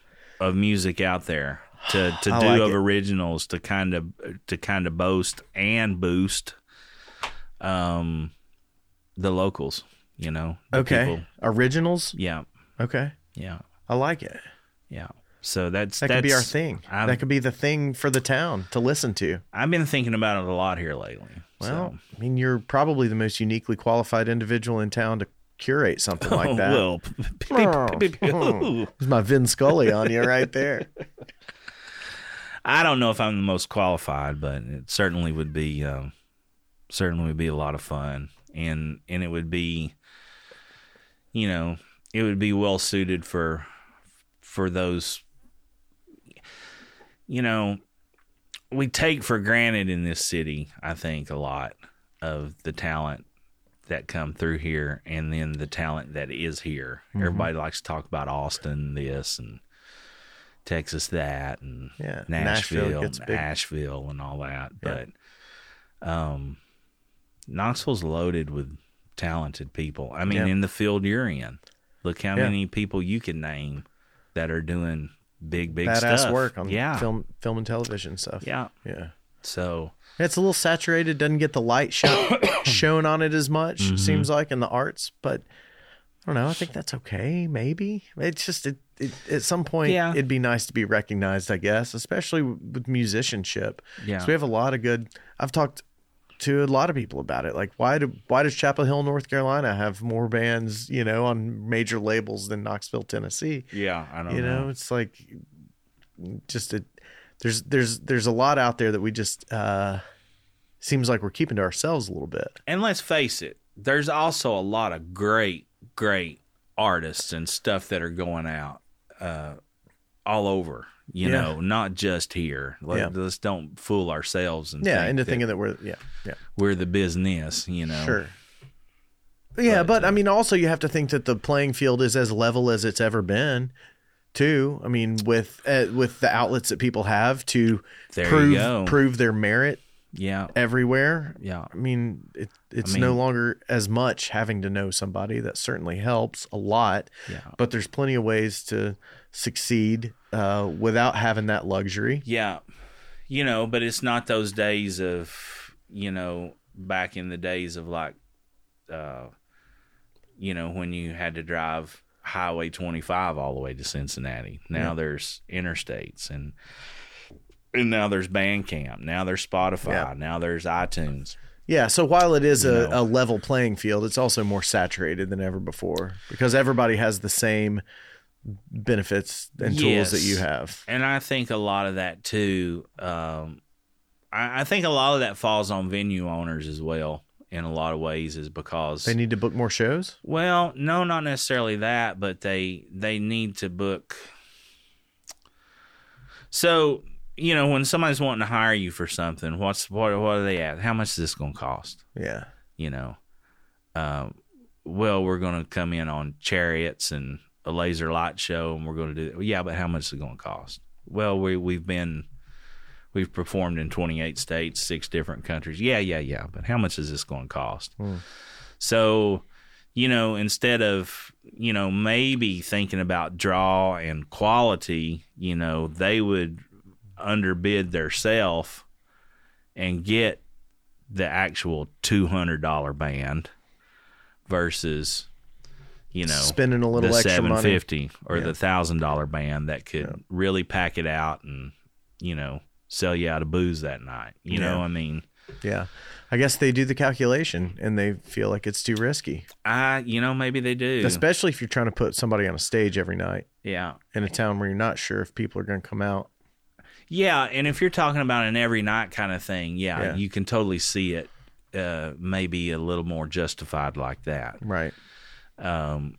S3: of music out there to to do
S1: I like
S3: of
S1: it.
S3: originals to kind of to kind of boast and boost um the locals, you know. the
S1: Okay.
S3: people.
S1: Originals.
S3: Yeah.
S1: Okay.
S3: Yeah.
S1: I like it.
S3: Yeah. So that's
S1: That
S3: that's,
S1: could be our thing.
S3: I've,
S1: that could be the thing for the town to listen to.
S3: I've been thinking about it a lot here lately.
S1: Well,
S3: so.
S1: I mean, you're probably the most uniquely qualified individual in town to curate something like that.
S3: Well, p- p- p- p- ooh.
S1: There's my Vin Scully on you right there.
S3: I don't know if I'm the most qualified, but it certainly would be um, certainly would be a lot of fun, and and it would be, you know, it would be well suited for for those, you know, we take for granted in this city. I think a lot of the talent that come through here, and then the talent that is here. Everybody likes to talk about Austin, this and. Texas, that and
S1: Yeah, Nashville
S3: Nashville,
S1: gets
S3: Nashville,
S1: big.
S3: and all that.
S1: Yeah.
S3: But um, Knoxville's loaded with talented people. I mean,
S1: Yeah.
S3: in the field you're in, look how
S1: Yeah.
S3: many people you can name that are doing big, big
S1: Badass
S3: stuff.
S1: work on
S3: yeah,
S1: film, film and television stuff.
S3: yeah.
S1: yeah.
S3: So
S1: It's a little saturated, doesn't get the light shown, shown on it as much,
S3: Mm-hmm.
S1: seems like, in the arts. But I don't know. I think that's okay, maybe. It's just, it, it, at some point,
S3: Yeah.
S1: it'd be nice to be recognized, I guess, especially with musicianship.
S3: Yeah.
S1: So we have a lot of good, I've talked to a lot of people about it. Like, why do why does Chapel Hill, North Carolina have more bands, you know, on major labels than Knoxville, Tennessee?
S3: yeah, I don't
S1: you know it's like just a there's there's there's a lot out there that we just uh seems like we're keeping to ourselves a little bit
S3: And let's face it, there's also a lot of great, great artists and stuff that are going out uh, all over. You
S1: Yeah.
S3: know, not just here. Let,
S1: Yeah.
S3: Let's don't fool ourselves and
S1: yeah
S3: think
S1: into
S3: that
S1: thinking that we're yeah yeah
S3: we're the business. You know,
S1: sure yeah but, i mean also you have to think that the playing field is as level as it's ever been too i mean with uh, with the outlets that people have to
S3: There you go.
S1: prove prove their merit
S3: Yeah,
S1: everywhere
S3: yeah,
S1: I mean, it, it's
S3: mean-
S1: no longer as much having to know somebody. That certainly helps a lot.
S3: Yeah.
S1: But there's plenty of ways to succeed uh, without having that luxury.
S3: yeah. You know, but it's not those days of you know back in the days of like, uh, you know, when you had to drive Highway 25 all the way to Cincinnati. Now
S1: Yeah.
S3: there's interstates and and now there's Bandcamp. Now there's Spotify.
S1: Yeah.
S3: Now there's iTunes.
S1: Yeah. So while it is a,
S3: No.
S1: a level playing field, it's also more saturated than ever before because everybody has the same benefits and tools that
S3: Yes.
S1: you have.
S3: And I think a lot of that too. Um, I, I think a lot of that falls on venue owners as well. In a lot of ways, is because
S1: They need to book more shows.
S3: Well, no, not necessarily that, but they they need to book. So you know, when somebody's wanting to hire you for something, what's what what are they at? How much is this going to cost?
S1: Yeah.
S3: You know, um, well, we're going to come in on chariots and a laser light show, and we're going to do yeah, but how much is it going to cost? Well, we we've been we've performed in twenty eight states, six different countries. Yeah, yeah, yeah, but how much is this going to cost? So you know, instead of, you know, maybe thinking about draw and quality, you know, they would underbid their self and get the actual $200 band versus, you know,
S1: Spending a little
S3: the
S1: extra money.
S3: 750 or
S1: Yeah.
S3: the $1,000 band that could really pack it out and, you know, sell you out of booze that night. You know,
S1: Yeah.
S3: I mean,
S1: Yeah. I guess they do the calculation and they feel like it's too risky,
S3: I, you know, maybe they do.
S1: especially if you're trying to put somebody on a stage every night
S3: yeah.
S1: in a town where you're not sure if people are going to come out.
S3: Yeah, and if you're talking about an every night kind of thing, yeah,
S1: Yeah.
S3: you can totally see it. Uh, maybe a little more justified like that
S1: Right.
S3: um,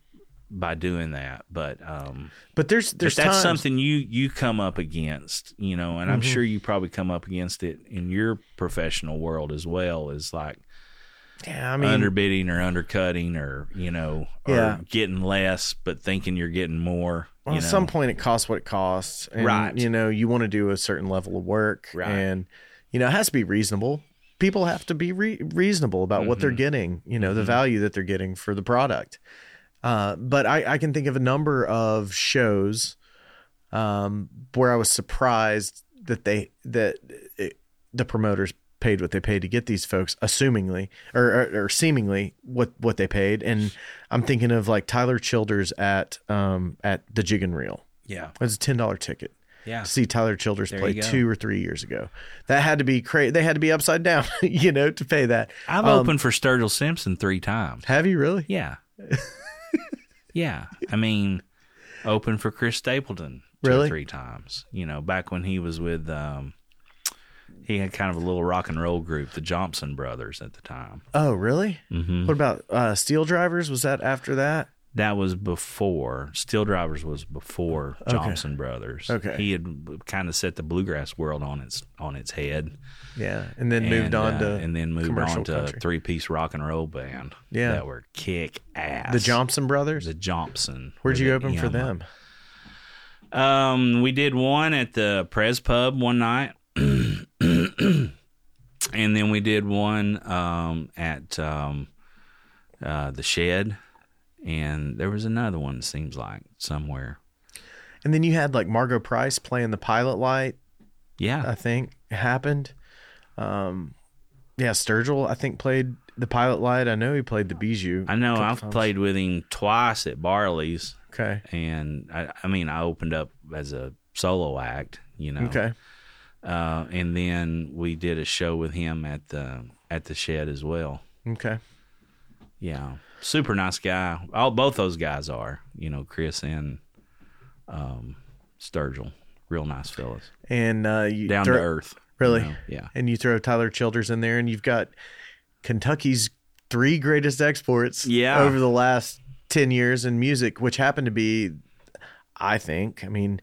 S3: by doing that, but um,
S1: But there's
S3: but
S1: there's
S3: that's
S1: times- Mm-hmm.
S3: something you you come up against, you know, and I'm sure you probably come up against it in your professional world as well. Is like
S1: Yeah, I mean,
S3: underbidding or undercutting or you know, or
S1: Yeah.
S3: getting less but thinking you're getting more.
S1: well,
S3: you
S1: at
S3: know?
S1: some point it costs what it costs, and,
S3: Right.
S1: You know, you want to do a certain level of work,
S3: Right.
S1: and you know, it has to be reasonable. People have to be re- reasonable about what
S3: Mm-hmm.
S1: they're getting. You know, the value that they're getting for the product. Uh, but I, I can think of a number of shows um, where I was surprised that they that it, the promoters paid what they paid to get these folks, assumingly or, or, or seemingly what what they paid. And I'm thinking of like Tyler Childers at um, at the Jig and Reel.
S3: yeah,
S1: It was a ten dollar ticket
S3: yeah,
S1: to see Tyler Childers
S3: There
S1: play
S3: you go.
S1: two or three years ago. That had to be crazy. They had to be upside down, you know, to pay that.
S3: I've
S1: Um,
S3: opened for Sturgill Simpson three times.
S1: Have you really?
S3: Yeah. yeah. I mean, open for Chris Stapleton two
S1: Really?
S3: or three times. You know, back when he was with, um, he had kind of a little rock and roll group, the Johnson Brothers, at the time.
S1: Oh, really?
S3: Mm-hmm.
S1: What about uh, Steel Drivers? Was that after that?
S3: That was before Steel Drivers was before Johnson Brothers.
S1: Okay.
S3: he had kind of set the bluegrass world on its on its head,
S1: Yeah, and then moved on
S3: uh,
S1: to
S3: and then moved
S1: commercial
S3: on to
S1: country.
S3: three piece rock and roll band.
S1: Yeah.
S3: that were kick ass.
S1: the Johnson Brothers.
S3: the Johnson.
S1: Where'd
S3: with
S1: you
S3: an
S1: open for
S3: M.
S1: them?
S3: Um, we did one at the Prez Pub one night, and then we did one um, at um, uh, the Shed, and there was another one. Seems like somewhere.
S1: And then you had like Margot Price playing the pilot light.
S3: Yeah,
S1: I think happened. Um, yeah, Sturgill I think played the pilot light. I know he played the Bijou.
S3: I know.
S1: couple
S3: I've
S1: times.
S3: played with him twice at Barley's,
S1: Okay.
S3: and I, I mean, I opened up as a solo act. You know.
S1: Okay.
S3: Uh, and then we did a show with him at the at the Shed as well.
S1: Okay.
S3: Yeah, super nice guy. All both those guys are, you know, Chris and um, Sturgill, real nice fellas,
S1: And uh, you
S3: down
S1: throw-
S3: to earth.
S1: Really?
S3: you know? Yeah,
S1: And you throw Tyler Childers in there, and you've got Kentucky's three greatest exports
S3: Yeah.
S1: over the last 10 years in music, which happened to be, I think, I mean,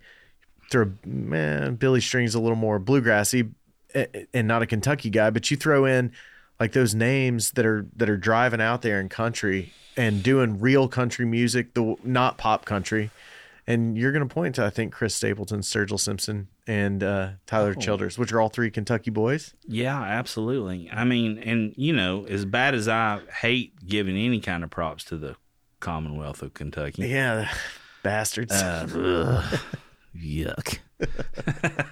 S1: throw man, Billy String's a little more bluegrassy eh, eh, and not a Kentucky guy, but you throw in like those names that are that are driving out there in country and doing real country music, the not pop country. And you're going to point to, I think, Chris Stapleton, Sturgill Simpson, and uh,
S3: Oh.
S1: Tyler Childers, which are all three Kentucky boys.
S3: yeah, absolutely. I mean, and you know, as bad as I hate giving any kind of props to the Commonwealth of Kentucky,
S1: Yeah, bastards.
S3: Uh, ugh, yuck.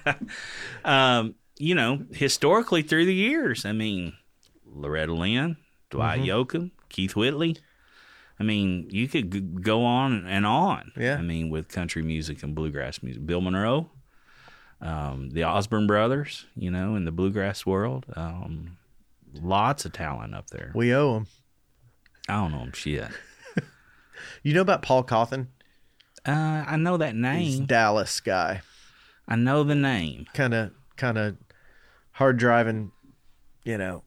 S3: um, you know, historically through the years, I mean, Loretta Lynn,
S1: Mm-hmm.
S3: Dwight Yoakam, Keith Whitley. I mean, you could g- go on and on.
S1: Yeah.
S3: I mean, with country music and bluegrass music, Bill Monroe, um, the Osborne brothers, you know, in the bluegrass world, um, lots of talent up there.
S1: we owe them.
S3: I don't know 'em shit.
S1: You know about Paul Cawthon?
S3: Uh, I know that
S1: He's a
S3: name.
S1: Dallas guy.
S3: I know the name.
S1: Kind of, kind of hard driving. You know,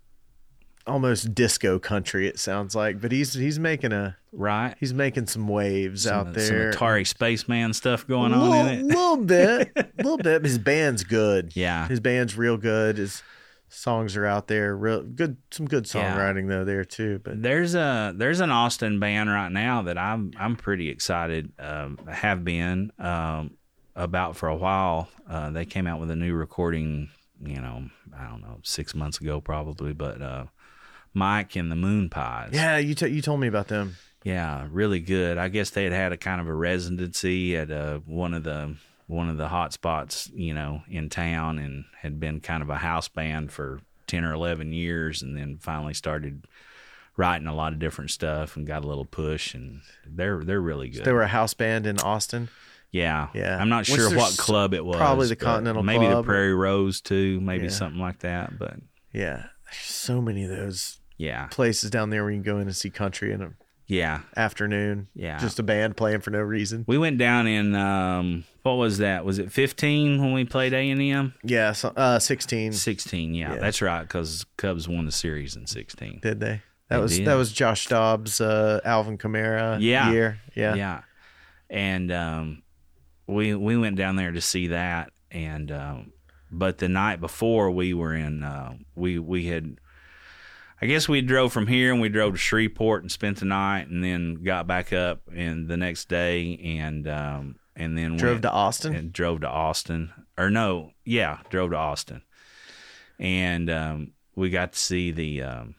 S1: almost disco country. It sounds like, but he's he's making a
S3: Right.
S1: he's making some waves
S3: some,
S1: out there.
S3: Some Atari spaceman stuff going
S1: little,
S3: on in it.
S1: little bit, little bit. His band's good.
S3: Yeah.
S1: his band's real good. His songs are out there. Real good. Some good songwriting though there too. But
S3: There's a there's an Austin band right now that I'm I'm pretty excited um, have been um, about for a while. Uh, they came out with a new recording, you know, I don't know, six months ago probably, but uh, Mike and the Moon Pies.
S1: yeah, you t- you told me about them.
S3: Yeah, really good. I guess they had had a kind of a residency at uh, one of the one of the hot spots, you know, in town, and had been kind of a house band for ten or eleven years, and then finally started writing a lot of different stuff and got a little push, and they're they're really good.
S1: They were a house band in Austin.
S3: yeah,
S1: Yeah.
S3: I'm not
S1: What's
S3: sure
S1: their
S3: what
S1: s-
S3: club it was.
S1: probably the
S3: but
S1: Continental
S3: maybe
S1: Club.
S3: the Prairie Rose too, maybe
S1: Yeah.
S3: something like that. But
S1: Yeah. There's so many of those
S3: yeah,
S1: places down there where you can go in and see country in an
S3: yeah,
S1: afternoon.
S3: yeah.
S1: Just a band playing for no reason.
S3: we went down in um, what was that? Was it 15 when we played A and M?
S1: Yeah. So, uh, 16.
S3: 16 yeah,
S1: Yeah.
S3: that's right because cubs won the series in 16
S1: Did they? That
S3: They
S1: was
S3: did.
S1: that was Josh Dobbs, uh, Alvin Kamara
S3: Yeah.
S1: year. Yeah.
S3: and um, we we went down there to see that and um, but the night before we were in uh, we we had I guess we drove from here and we drove to Shreveport and spent the night and then got back up and the next day and um, and then
S1: Drove
S3: went-
S1: to Austin.
S3: and drove to Austin. Or no, yeah, drove to Austin, and um, we got to see the um,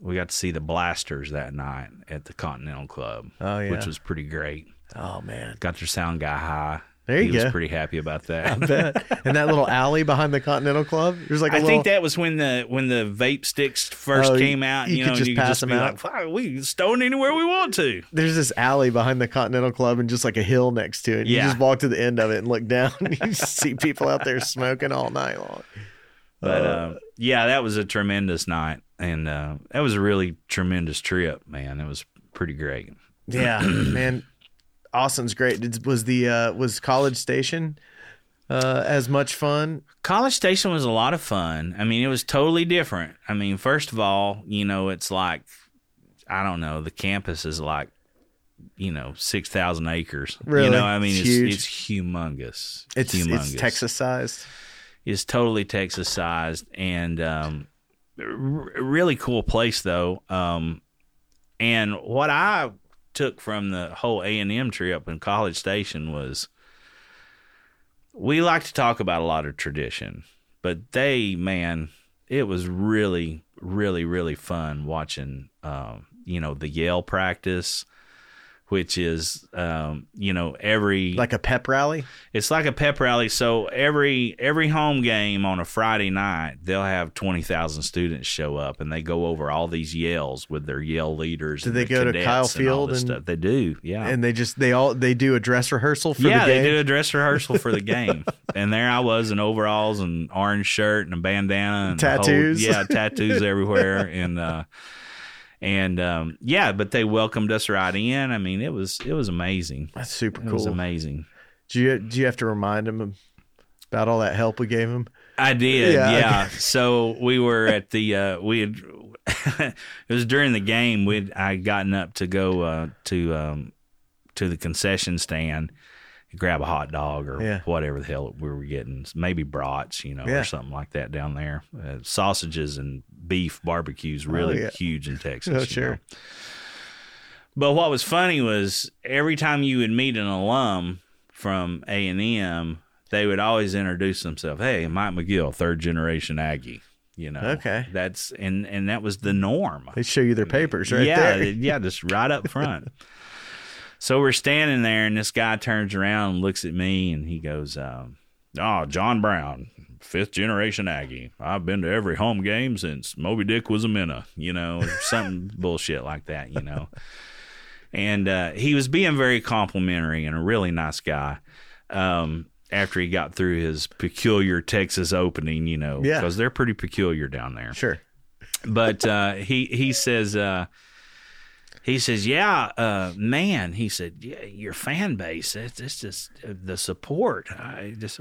S3: we got to see the Blasters that night at the Continental Club,
S1: oh yeah.
S3: which was pretty great.
S1: oh man.
S3: Got their sound guy high.
S1: There you
S3: he
S1: go.
S3: was pretty happy about that.
S1: Bet. And that little alley behind the Continental Club. There's like a
S3: I
S1: little.
S3: think that was when the when the vape sticks first
S1: Oh, you-
S3: came out.
S1: you
S3: You,
S1: could
S3: know,
S1: just
S3: and you
S1: pass
S3: could just
S1: them
S3: be
S1: out.
S3: like, "Wow, we can stone anywhere we want to."
S1: there's this alley behind the Continental Club and just like a hill next to it. You
S3: Yeah.
S1: just walk to the end of it and look down and you just see people out there smoking all night long.
S3: But
S1: Uh,
S3: uh, yeah, that was a tremendous night, and uh, that was a really tremendous trip, man. It was pretty great.
S1: yeah, man. Austin's great. Did, was the uh, was College Station uh, as much fun?
S3: College Station was a lot of fun. I mean, it was totally different. I mean, first of all, you know, it's like I don't know, the campus is like you know, 6,000 acres.
S1: Really?
S3: You know, I mean,
S1: It's
S3: it's
S1: huge.
S3: it's humongous.
S1: It's
S3: humongous.
S1: it's Texas sized.
S3: It's totally Texas sized and um r- really cool place though. Um and what I took from the whole A&M trip and College Station was we like to talk about a lot of tradition, but they, man, it was really, really, really fun watching, um, you know, the Yale practice, which is, um, you know, every
S1: like a pep rally.
S3: it's like a pep rally. So every every home game on a Friday night, they'll have twenty thousand students show up, and they go over all these yells with their yell leaders.
S1: Do
S3: and
S1: they
S3: their
S1: go to
S3: cadets
S1: Kyle
S3: and all
S1: Field
S3: this
S1: and-
S3: stuff. They do, yeah.
S1: And they just they all they do a dress rehearsal for
S3: yeah,
S1: the game.
S3: they do a dress rehearsal for the game, and there I was in overalls and orange shirt and a bandana, and a whole-
S1: Tattoos.
S3: yeah, tattoos everywhere, and uh, and um, yeah, but they welcomed us right in. I mean, it was it was amazing.
S1: That's super
S3: It was
S1: cool.
S3: amazing.
S1: Do you do you have to remind them about all that help we gave them?
S3: I did,
S1: Yeah,
S3: yeah. So we were at the uh, we had it was during the game we would I had gotten up to go uh, to um, to the concession stand and grab a hot dog or
S1: Yeah.
S3: whatever the hell we were getting, maybe brats, you know,
S1: Yeah.
S3: or something like that down there. Uh, sausages and beef barbecues really
S1: Oh, yeah.
S3: huge in Texas.
S1: Oh,
S3: you
S1: sure.
S3: know. But what was funny was every time you would meet an alum from A and M, they would always introduce themselves. Hey, Mike McGill, third generation Aggie. You know,
S1: Okay.
S3: that's and and that was the norm.
S1: They show you their papers right
S3: yeah,
S1: there.
S3: yeah, just right up front. so we're standing there, and this guy turns around and looks at me, and he goes, um, "Oh, John Brown." Fifth generation Aggie. I've been to every home game since Moby Dick was a minnow, you know, something bullshit like that, you know. And uh, he was being very complimentary and a really nice guy. Um, after he got through his peculiar Texas opening, you know,
S1: Yeah.
S3: because they're pretty peculiar down there
S1: Sure.
S3: but uh, he he says uh, he says yeah uh, man he said yeah, your fan base it's, it's just uh, the support I just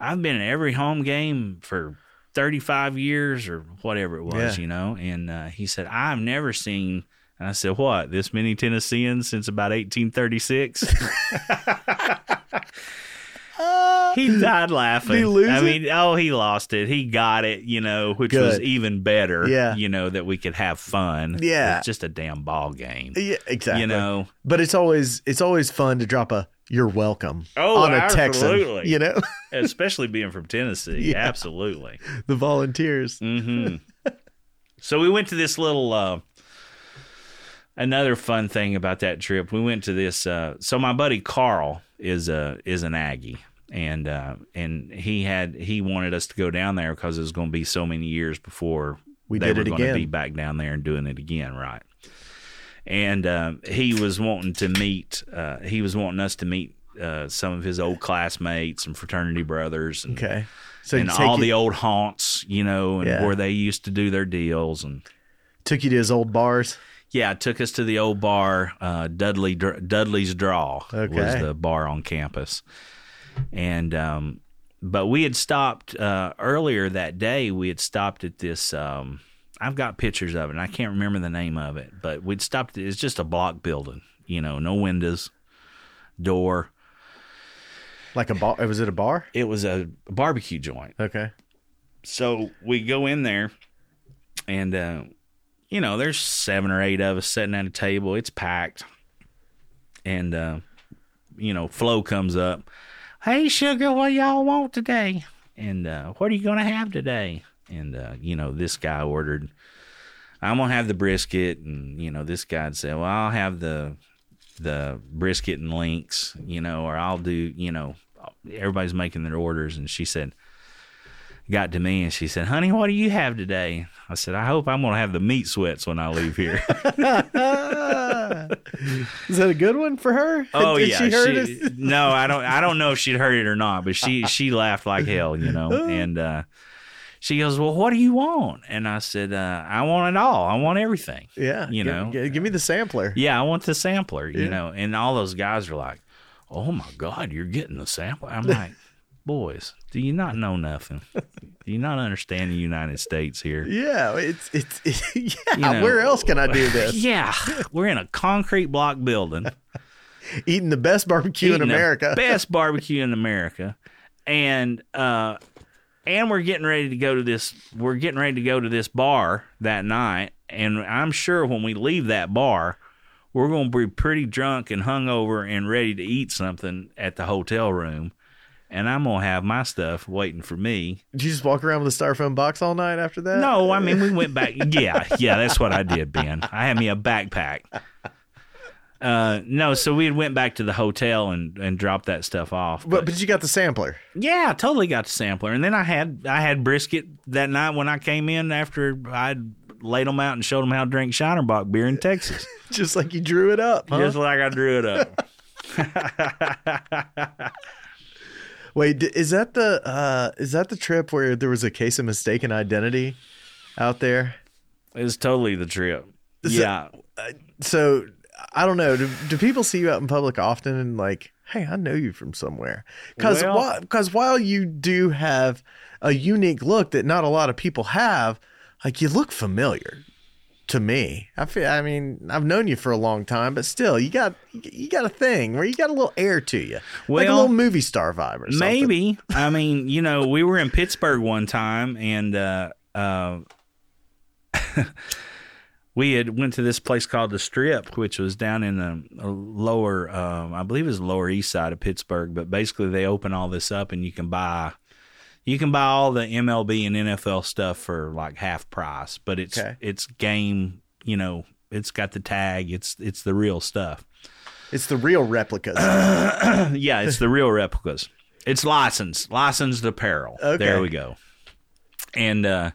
S3: I've been at every home game for 35 years or whatever it was
S1: Yeah.
S3: you know and uh, he said I've never seen and I said what this many Tennesseans since about 1836 he died laughing.
S1: Uh, Did he lose
S3: I
S1: it?
S3: mean, oh, he lost it. He got it, you know, which was
S1: Good.
S3: even better.
S1: Yeah.
S3: You know, that we could have fun.
S1: Yeah.
S3: It's just a damn ball game.
S1: Yeah, exactly.
S3: You know,
S1: but it's always it's always fun to drop a "You're welcome"
S3: Oh,
S1: on a Texan.
S3: absolutely.
S1: You know,
S3: especially being from Tennessee.
S1: Yeah.
S3: Absolutely.
S1: the
S3: Mm. Mm-hmm.
S1: volunteers.
S3: hmm so we went to this little uh, another fun thing about that trip, we went to this. Uh, so my buddy Carl is a is an Aggie, and uh, and he had he wanted us to go down there because it was going to be so many years before
S1: We
S3: they
S1: did
S3: were
S1: it
S3: gonna
S1: again.
S3: Be back down there and doing it again, right? And uh, he was wanting to meet. Uh, he was wanting us to meet uh, some of his old classmates and fraternity brothers. And,
S1: Okay. So
S3: and
S1: you take
S3: all
S1: you,
S3: the old haunts, you know, and
S1: Yeah.
S3: where they used to do their deals. And
S1: took you to his old bars.
S3: yeah, it took us to the old bar, uh, Dudley Dr- Dudley's Draw was
S1: Okay.
S3: the bar on campus, and um, but we had stopped uh, earlier that day. We had stopped at this. Um, I've got pictures of it. and I can't remember the name of it, but we'd stopped. It's just a block building, you know, no windows, door.
S1: Like a bar. Was it a bar?
S3: It was a barbecue joint.
S1: Okay.
S3: so we go in there and uh you know there's seven or eight of us sitting at a table it's packed and uh you know flo comes up hey sugar what y'all want today and uh what are you gonna have today and uh you know this guy ordered i'm gonna have the brisket and you know this guy said well i'll have the the brisket and links you know or i'll do you know everybody's making their orders and she said got to me and she said, Honey, what do you have today? I said, I hope I'm going to have the meat sweats when I leave here.
S1: Ah. Is that a good one for her?
S3: oh,
S1: Did
S3: yeah.
S1: She heard
S3: she-
S1: us?
S3: no, I don't, I don't know if she'd heard it or not, but she, she laughed like hell, you know, and, uh, she goes, well, what do you want? And I said, uh, I want it all. I want everything.
S1: Yeah.
S3: You
S1: Give-
S3: know.
S1: g- Give, me the sampler.
S3: Yeah, I want the sampler, you
S1: Yeah.
S3: know. And all those guys are like, "Oh my God, you're getting the sampler." I'm like, "Boys, do you not know nothing? Do you not understand the United States here?"
S1: Yeah. It's, it's, yeah.
S3: You know.
S1: Where else can I do this?
S3: Yeah, we're in a concrete block building.
S1: Eating the best barbecue in
S3: eating the
S1: America.
S3: best barbecue in America, and uh, and we're getting ready to go to this. We're getting ready to go to this bar that night, and I'm sure when we leave that bar, we're going to be pretty drunk and hungover and ready to eat something at the hotel room, and I'm going to have my stuff waiting for me.
S1: Did you just walk around with a styrofoam box all night after that?
S3: No, I mean we went back. Yeah, yeah, that's what I did, Ben. I had me a backpack. Uh, no, so we had went back to the hotel and, and dropped that stuff off.
S1: But, but you got the sampler.
S3: Yeah, I totally got the sampler, and then I had I had brisket that night when I came in after I laid them out and showed them how to drink Shinerbach beer in Texas,
S1: Just like you drew it up. huh?
S3: just like I drew it up.
S1: Wait, d- is that the uh, is that the trip where there was a case of mistaken identity out there?
S3: It was totally the trip.
S1: So-
S3: yeah,
S1: So I don't know. Do, do people see you out in public often and like, hey, I know you from somewhere? Because
S3: Well-
S1: because while you do have a unique look that not a lot of people have, like you look familiar to me. I feel. I mean, I've known you for a long time, but still, you got you got a thing where you got a little air to you, like a
S3: Well,
S1: little movie star vibe or something.
S3: Maybe. I mean, you know, we were in Pittsburgh one time and uh, uh, we had went to this place called the Strip, which was down in the uh, lower, um, I believe it was the lower east side of Pittsburgh. But basically, they open all this up and you can buy. You can buy all the MLB and NFL stuff for like half price, but it's
S1: Okay.
S3: it's game, you know, it's got the tag, it's it's the real stuff.
S1: it's the real replicas.
S3: Yeah, it's the real replicas. It's licensed, licensed apparel.
S1: Okay.
S3: There we go. And uh,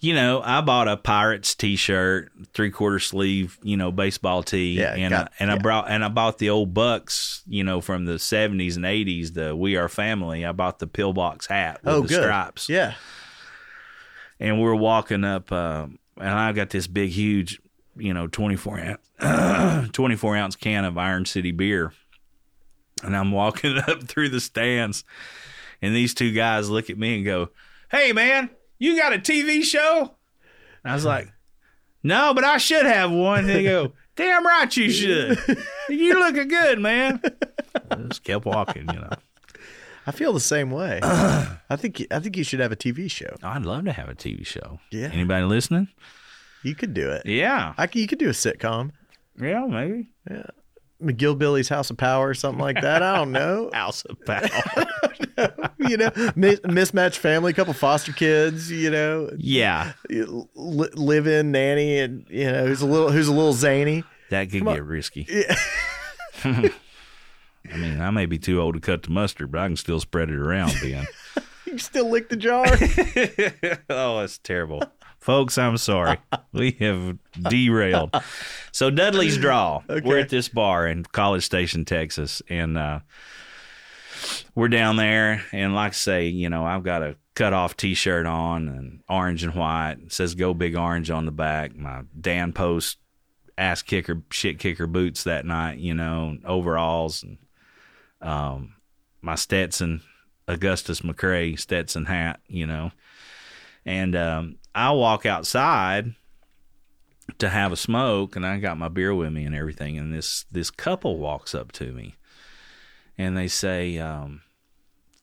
S3: you know, I bought a Pirates T-shirt, three quarter sleeve, you know, baseball tee,
S1: Yeah,
S3: and
S1: got-
S3: I, and I
S1: yeah.
S3: brought and I bought the old Bucks, you know, from the seventies and eighties, the We Are Family. I bought the pillbox hat with
S1: oh,
S3: the
S1: good.
S3: stripes
S1: Yeah.
S3: and we're walking up um, and i got this big huge you know 24 ounce, 24 ounce can of iron city beer and i'm walking up through the stands and these two guys look at me and go hey man you got a tv show and i was like no but i should have one they go damn right you should you looking good man I just kept walking you know
S1: I feel the same way. I think I think you should have a TV show.
S3: i'd love to have a tv show
S1: Yeah.
S3: anybody listening
S1: You could do it.
S3: yeah
S1: I c- you could do a sitcom.
S3: yeah maybe
S1: Yeah. McGillbilly's House of Power or something like that. I don't know.
S3: House of Power.
S1: you know, mis- mismatched family, couple foster kids. You know,
S3: yeah,
S1: li- live in nanny, and you know who's a little who's a little zany.
S3: that could get risky. I mean, I may be too old to cut the mustard, but I can still spread it around, Ben.
S1: You still lick the jar.
S3: oh, that's terrible. Folks, I'm sorry. We have derailed. So Dudley's Draw. We're
S1: Okay.
S3: at this bar in College Station, Texas, and uh, we're down there. And like I say, you know, I've got a cut-off T-shirt on, and orange and white. It says "Go Big Orange" on the back. My Dan Post ass kicker, shit kicker boots that night. You know, and overalls, and um, my Stetson Augustus McCrae Stetson hat. You know. And um, I walk outside to have a smoke, and I got my beer with me and everything. And this this couple walks up to me, and they say, um,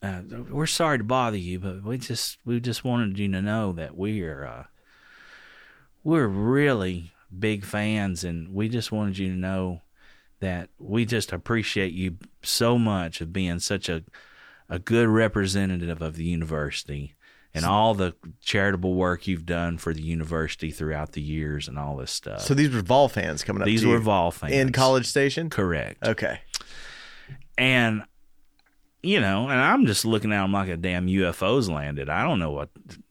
S3: uh, "We're sorry to bother you, but we just we just wanted you to know that we're uh, we're really big fans, and we just wanted you to know that we just appreciate you so much of being such a a good representative of the university and all the charitable work you've done for the university throughout the years and all this stuff.
S1: so these were Vol fans coming up.
S3: These
S1: to you
S3: were Vol fans
S1: in College Station.
S3: correct?
S1: Okay.
S3: And you know, and I'm just looking at them like a damn UFO's landed. I don't know what,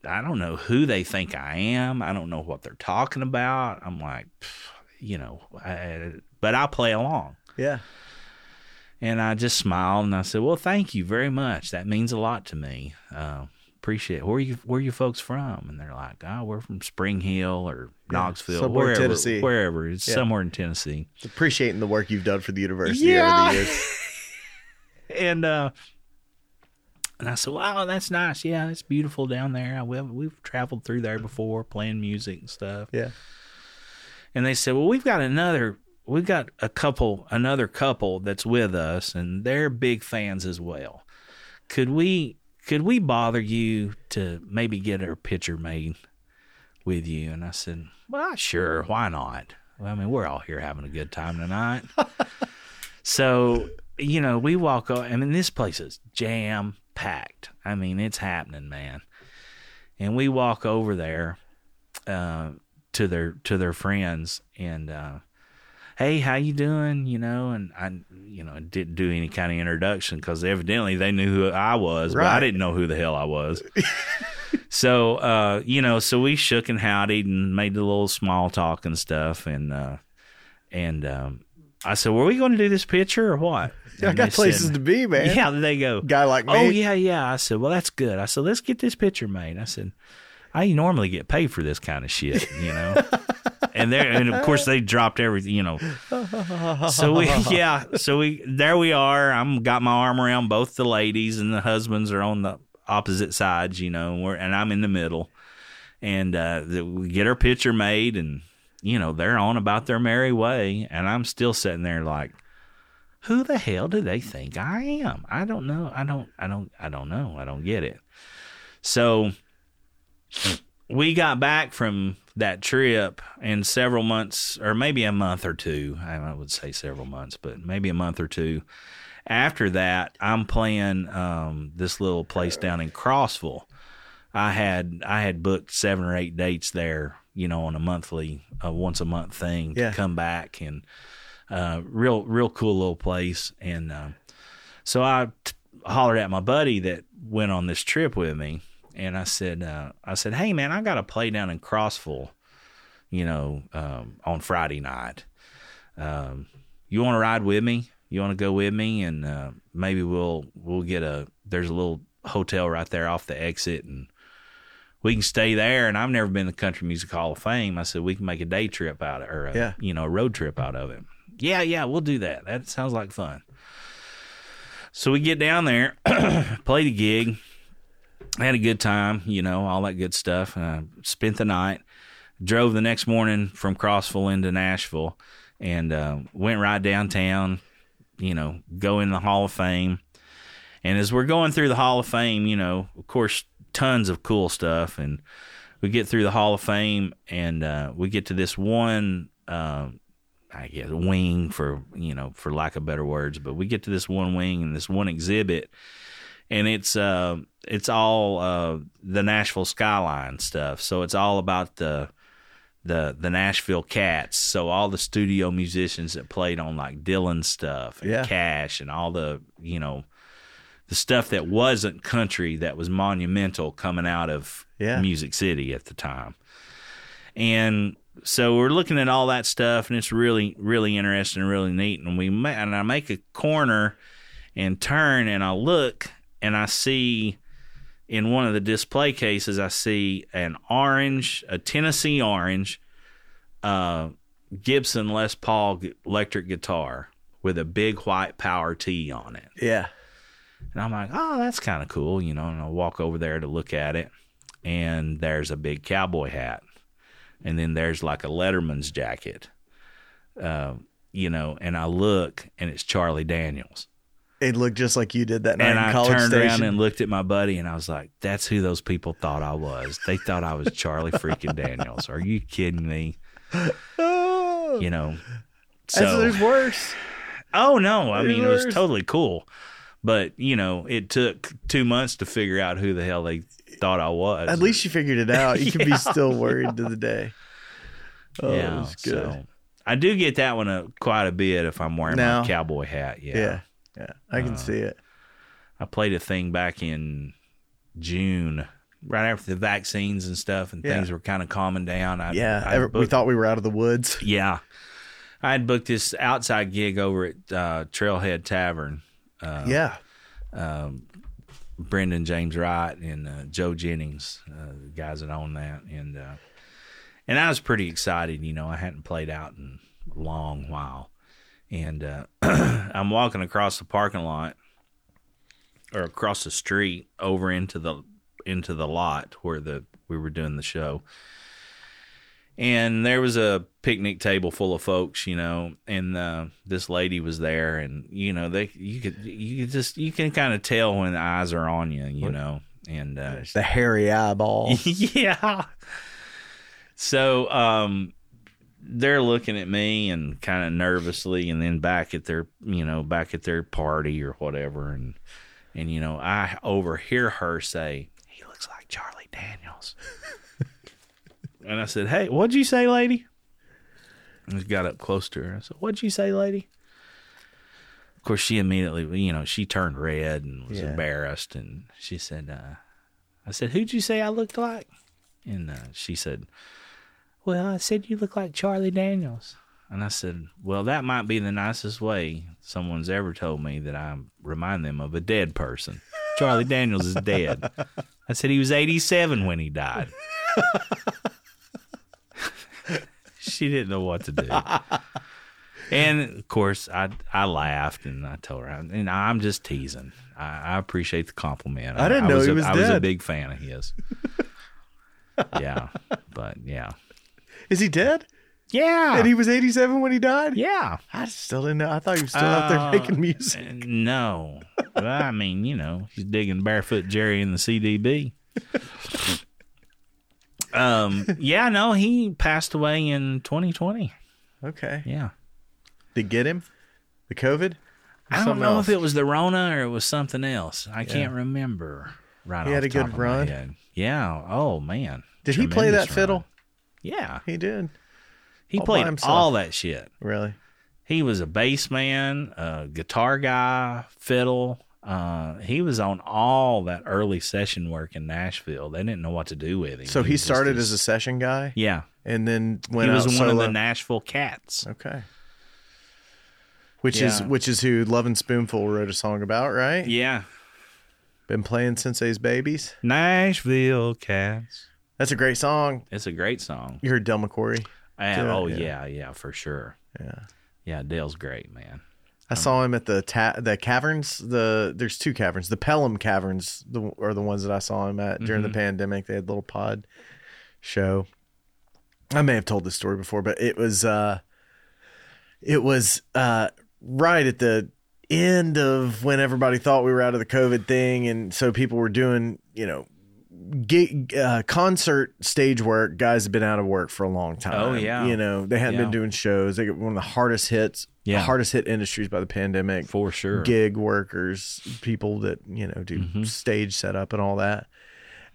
S3: I don't know who they think I am. I don't know what they're talking about. I'm like, pff, you know, I, but I play along.
S1: Yeah.
S3: And I just smiled and I said, "Well, thank you very much. That means a lot to me. Uh, appreciate. It. Where are you Where are you folks from?" And they're like, "Oh, we're from Spring Hill or Knoxville,
S1: somewhere in
S3: wherever,
S1: Tennessee."
S3: wherever. It's
S1: Yeah.
S3: somewhere in Tennessee."
S1: Appreciating the work you've done for the university
S3: Yeah.
S1: over the years.
S3: And uh, and I said, "Wow, that's nice. Yeah, it's beautiful down there. I, we've, we've traveled through there before, playing music and stuff."
S1: Yeah.
S3: And they said, "Well, we've got another. We've got a couple, another couple that's with us, and they're big fans as well. Could we, could we bother you to maybe get our picture made with you?" And I said, "Well, sure. Why not? Well, I mean, we're all here having a good time tonight. so, you know, we walk. o- I mean, this place is jam packed. I mean, it's happening, man. And we walk over there." Uh, to their to their friends and uh hey how you doing you know and i you know didn't do any kind of introduction because evidently they knew who i was but i
S1: Right.
S3: didn't know who the hell i was so uh you know so we shook and howdied and made the little small talk and stuff and uh and um i said were we going to do this picture or what
S1: I
S3: And
S1: got
S3: they
S1: places
S3: said-
S1: to be, man.
S3: yeah they go
S1: Guy like me.
S3: Oh yeah, yeah. I said, well, that's good. I said, let's get this picture made. I said, I normally get paid for this kind of shit, you know. and there, and of course, they dropped everything, you know. So we, yeah, so we, there we are. I'm got my arm around both the ladies, and the husbands are on the opposite sides, you know. And, we're, and I'm in the middle, and uh, the, we get our picture made, and you know they're on about their merry way, and I'm still sitting there like who the hell do they think I am? I don't know. I don't I don't I don't know. I don't get it. So we got back from that trip and several months or maybe a month or two. I I would say several months, but maybe a month or two. After that, I'm playing um, this little place down in Crossville. I had I had booked seven or eight dates there, you know, on a monthly, uh, once a month thing
S1: Yeah.
S3: to come back and uh, real real cool little place. And uh, so I t- hollered at my buddy that went on this trip with me, and I said, uh, I said, hey man, I got to play down in Crossville, you know, um, on Friday night. Um, you want to ride with me? You want to go with me? And uh, maybe we'll we'll get a there's a little hotel right there off the exit and. We can stay there, and I've never been to Country Music Hall of Fame. I said we can make a day trip out of, or a,
S1: Yeah.
S3: you know, a road trip out of it. Yeah, yeah, we'll do that. That sounds like fun. So we get down there, played a gig, had a good time, you know, all that good stuff. Uh, spent the night, drove the next morning from Crossville into Nashville, and uh, went right downtown. You know, go in the Hall of Fame, and as we're going through the Hall of Fame, you know, of course, tons of cool stuff, and we get through the Hall of Fame, and uh, we get to this one. Uh, I guess wing for you know for lack of better words, but we get to this one wing and this one exhibit, and it's uh it's all uh the Nashville skyline stuff. So it's all about the the the Nashville Cats. So all the studio musicians that played on like Dylan stuff and
S1: Yeah.
S3: Cash and all the you know the stuff that wasn't country that was monumental coming out of
S1: Yeah.
S3: Music City at the time. And so we're looking at all that stuff, and it's really, really interesting and really neat. And we ma- and I make a corner and turn, and I look, and I see in one of the display cases, I see an orange, a Tennessee orange, uh, Gibson Les Paul g- electric guitar with a big white power T on it.
S1: Yeah.
S3: And I'm like, oh, that's kind of cool, you know. And I walk over there to look at it, and there's a big cowboy hat, and then there's like a Letterman's jacket, uh, you know. And I look, and it's Charlie Daniels.
S1: It looked just like you did that night
S3: and
S1: in
S3: I
S1: College
S3: turned
S1: Station.
S3: around and looked at my buddy, and I was like, that's who those people thought I was. They thought I was Charlie freaking Daniels. Are you kidding me?
S1: oh,
S3: You know.
S1: And so there's worse.
S3: Oh no, I
S1: It
S3: mean it was
S1: works.
S3: totally cool. But, you know, it took 2 months to figure out who the hell they thought I was.
S1: At least you figured it out. You can be still worried to the day. Oh, it was good.
S3: so I do get that one uh, quite a bit if I'm wearing
S1: Now?
S3: my cowboy hat. Yeah. Uh,
S1: yeah. yeah, I can see it.
S3: I played a thing back in June right after the vaccines and stuff and
S1: Yeah.
S3: things were kind of calming down. I,
S1: Yeah,
S3: I
S1: ever- we
S3: booked-
S1: thought we were out of the woods.
S3: Yeah. I had booked this outside gig over at uh, Trailhead Tavern. Uh,
S1: yeah,
S3: um, Brendan James Wright and uh, Joe Jennings, uh, the guys that own that, and uh, and I was pretty excited. You know, I hadn't played out in a long while, and uh, I'm walking across the parking lot or across the street over into the into the lot where the we were doing the show. And there was a picnic table full of folks, you know, and uh, this lady was there, and you know they you could you could just you can kind of tell when the eyes are on you, you know, and uh,
S1: the hairy eyeball.
S3: yeah. So um they're looking at me and kind of nervously and then back at their you know back at their party or whatever and and you know I overhear her say he looks like Charlie Daniels. and I said, "Hey, what'd you say, lady?" And I got up close to her. I said, "What'd you say, lady?" Of course, she immediately, you know, she turned red and was
S1: Yeah.
S3: embarrassed, and she said, uh, I said, Who'd you say I looked like? And uh, she said, Well, I said you look like Charlie Daniels. And I said, Well, that might be the nicest way someone's ever told me that I remind them of a dead person. Charlie Daniels is dead. I said he was 87 when he died. she didn't know what to do. And of course, I I laughed and I told her, and I'm just teasing. I, I appreciate the compliment.
S1: I didn't know
S3: was
S1: he
S3: a-
S1: was
S3: I was a
S1: dead.
S3: big fan of his. yeah, but yeah,
S1: Is he dead?
S3: yeah,
S1: And he was 87 when he died.
S3: yeah.
S1: I still didn't know. I thought he was still out
S3: Uh,
S1: there making music.
S3: No, well, I mean, you know, he's digging barefoot Jerry in the CDB. um, yeah, no, he passed away in 2020.
S1: Okay.
S3: Yeah.
S1: Did get him the COVID? Or
S3: I don't
S1: something
S3: know
S1: else?
S3: if it was the Rona or it was something else. I can't remember. Right,
S1: He
S3: off
S1: had a
S3: the top
S1: good
S3: of my
S1: run?
S3: head. Yeah. Oh man.
S1: Did he play
S3: Tremendous
S1: that fiddle?
S3: run. Yeah,
S1: He did.
S3: he
S1: All by
S3: played
S1: himself.
S3: all that shit.
S1: Really?
S3: He was a bass man, a guitar guy, fiddle. Uh, he was on all that early session work in Nashville. They didn't know what to do with him.
S1: So he
S3: was just
S1: started
S3: this-
S1: as a session guy
S3: yeah.
S1: and then went
S3: He was
S1: out
S3: one of
S1: solo.
S3: the Nashville Cats.
S1: okay. Which is
S3: Yeah.
S1: which is who Love and Spoonful wrote a song about, right?
S3: Yeah,
S1: Been playing Sensei's Babies.
S3: Nashville Cats.
S1: That's a great song.
S3: It's a great song.
S1: You heard Del McCory.
S3: Uh,
S1: Yeah,
S3: oh
S1: yeah.
S3: yeah, yeah, for sure.
S1: Yeah.
S3: Yeah, Dale's great, man.
S1: I saw him at the ta- the caverns. The there's two caverns. The Pelham caverns the, are the ones that I saw him at during
S3: Mm-hmm.
S1: the pandemic. They had a little pod show. I may have told this story before, but it was uh, it was uh, right at the end of when everybody thought we were out of the COVID thing, and so people were doing you know gig, uh, concert stage work, guys have been out of work for a long time.
S3: Oh, yeah.
S1: you know they hadn't
S3: Yeah.
S1: been doing shows. They got one of the hardest hits,
S3: Yeah.
S1: hardest hit industries by the pandemic.
S3: for sure. Mm-hmm.
S1: Gig workers, people that you know do stage setup and all that.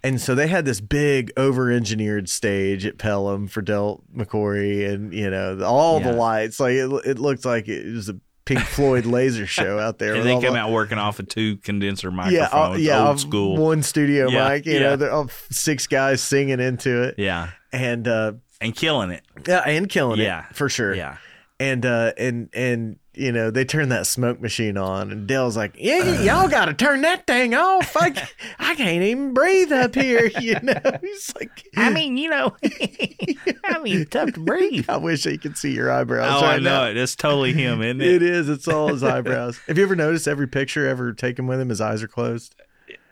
S1: And so they had this big over-engineered stage at Pelham for Del McCory, and you know all
S3: Yeah.
S1: the lights. Like it, it looked like it was a Pink Floyd laser show out there.
S3: and
S1: with
S3: they
S1: all
S3: come
S1: the-
S3: out working off of two condenser
S1: yeah,
S3: microphones,
S1: uh, yeah,
S3: old
S1: uh,
S3: school.
S1: One studio
S3: Yeah,
S1: mic, you
S3: yeah.
S1: know, they're all six guys singing into it,
S3: yeah,
S1: and uh,
S3: and killing it.
S1: yeah, and killing
S3: Yeah.
S1: it for sure.
S3: Yeah,
S1: and uh, and and you know, they turn that smoke machine on, and Dell's like, "Yeah, y- y'all got to turn that thing off. I, c- I can't even breathe up here." You know, he's like,
S3: I mean, you know, I mean, tough to breathe.
S1: "I wish I could see your eyebrows."
S3: Oh, I
S1: right
S3: know
S1: now.
S3: it. It's totally him, isn't it?
S1: It is. It's all his eyebrows. Have you ever noticed every picture ever taken with him, his eyes are closed?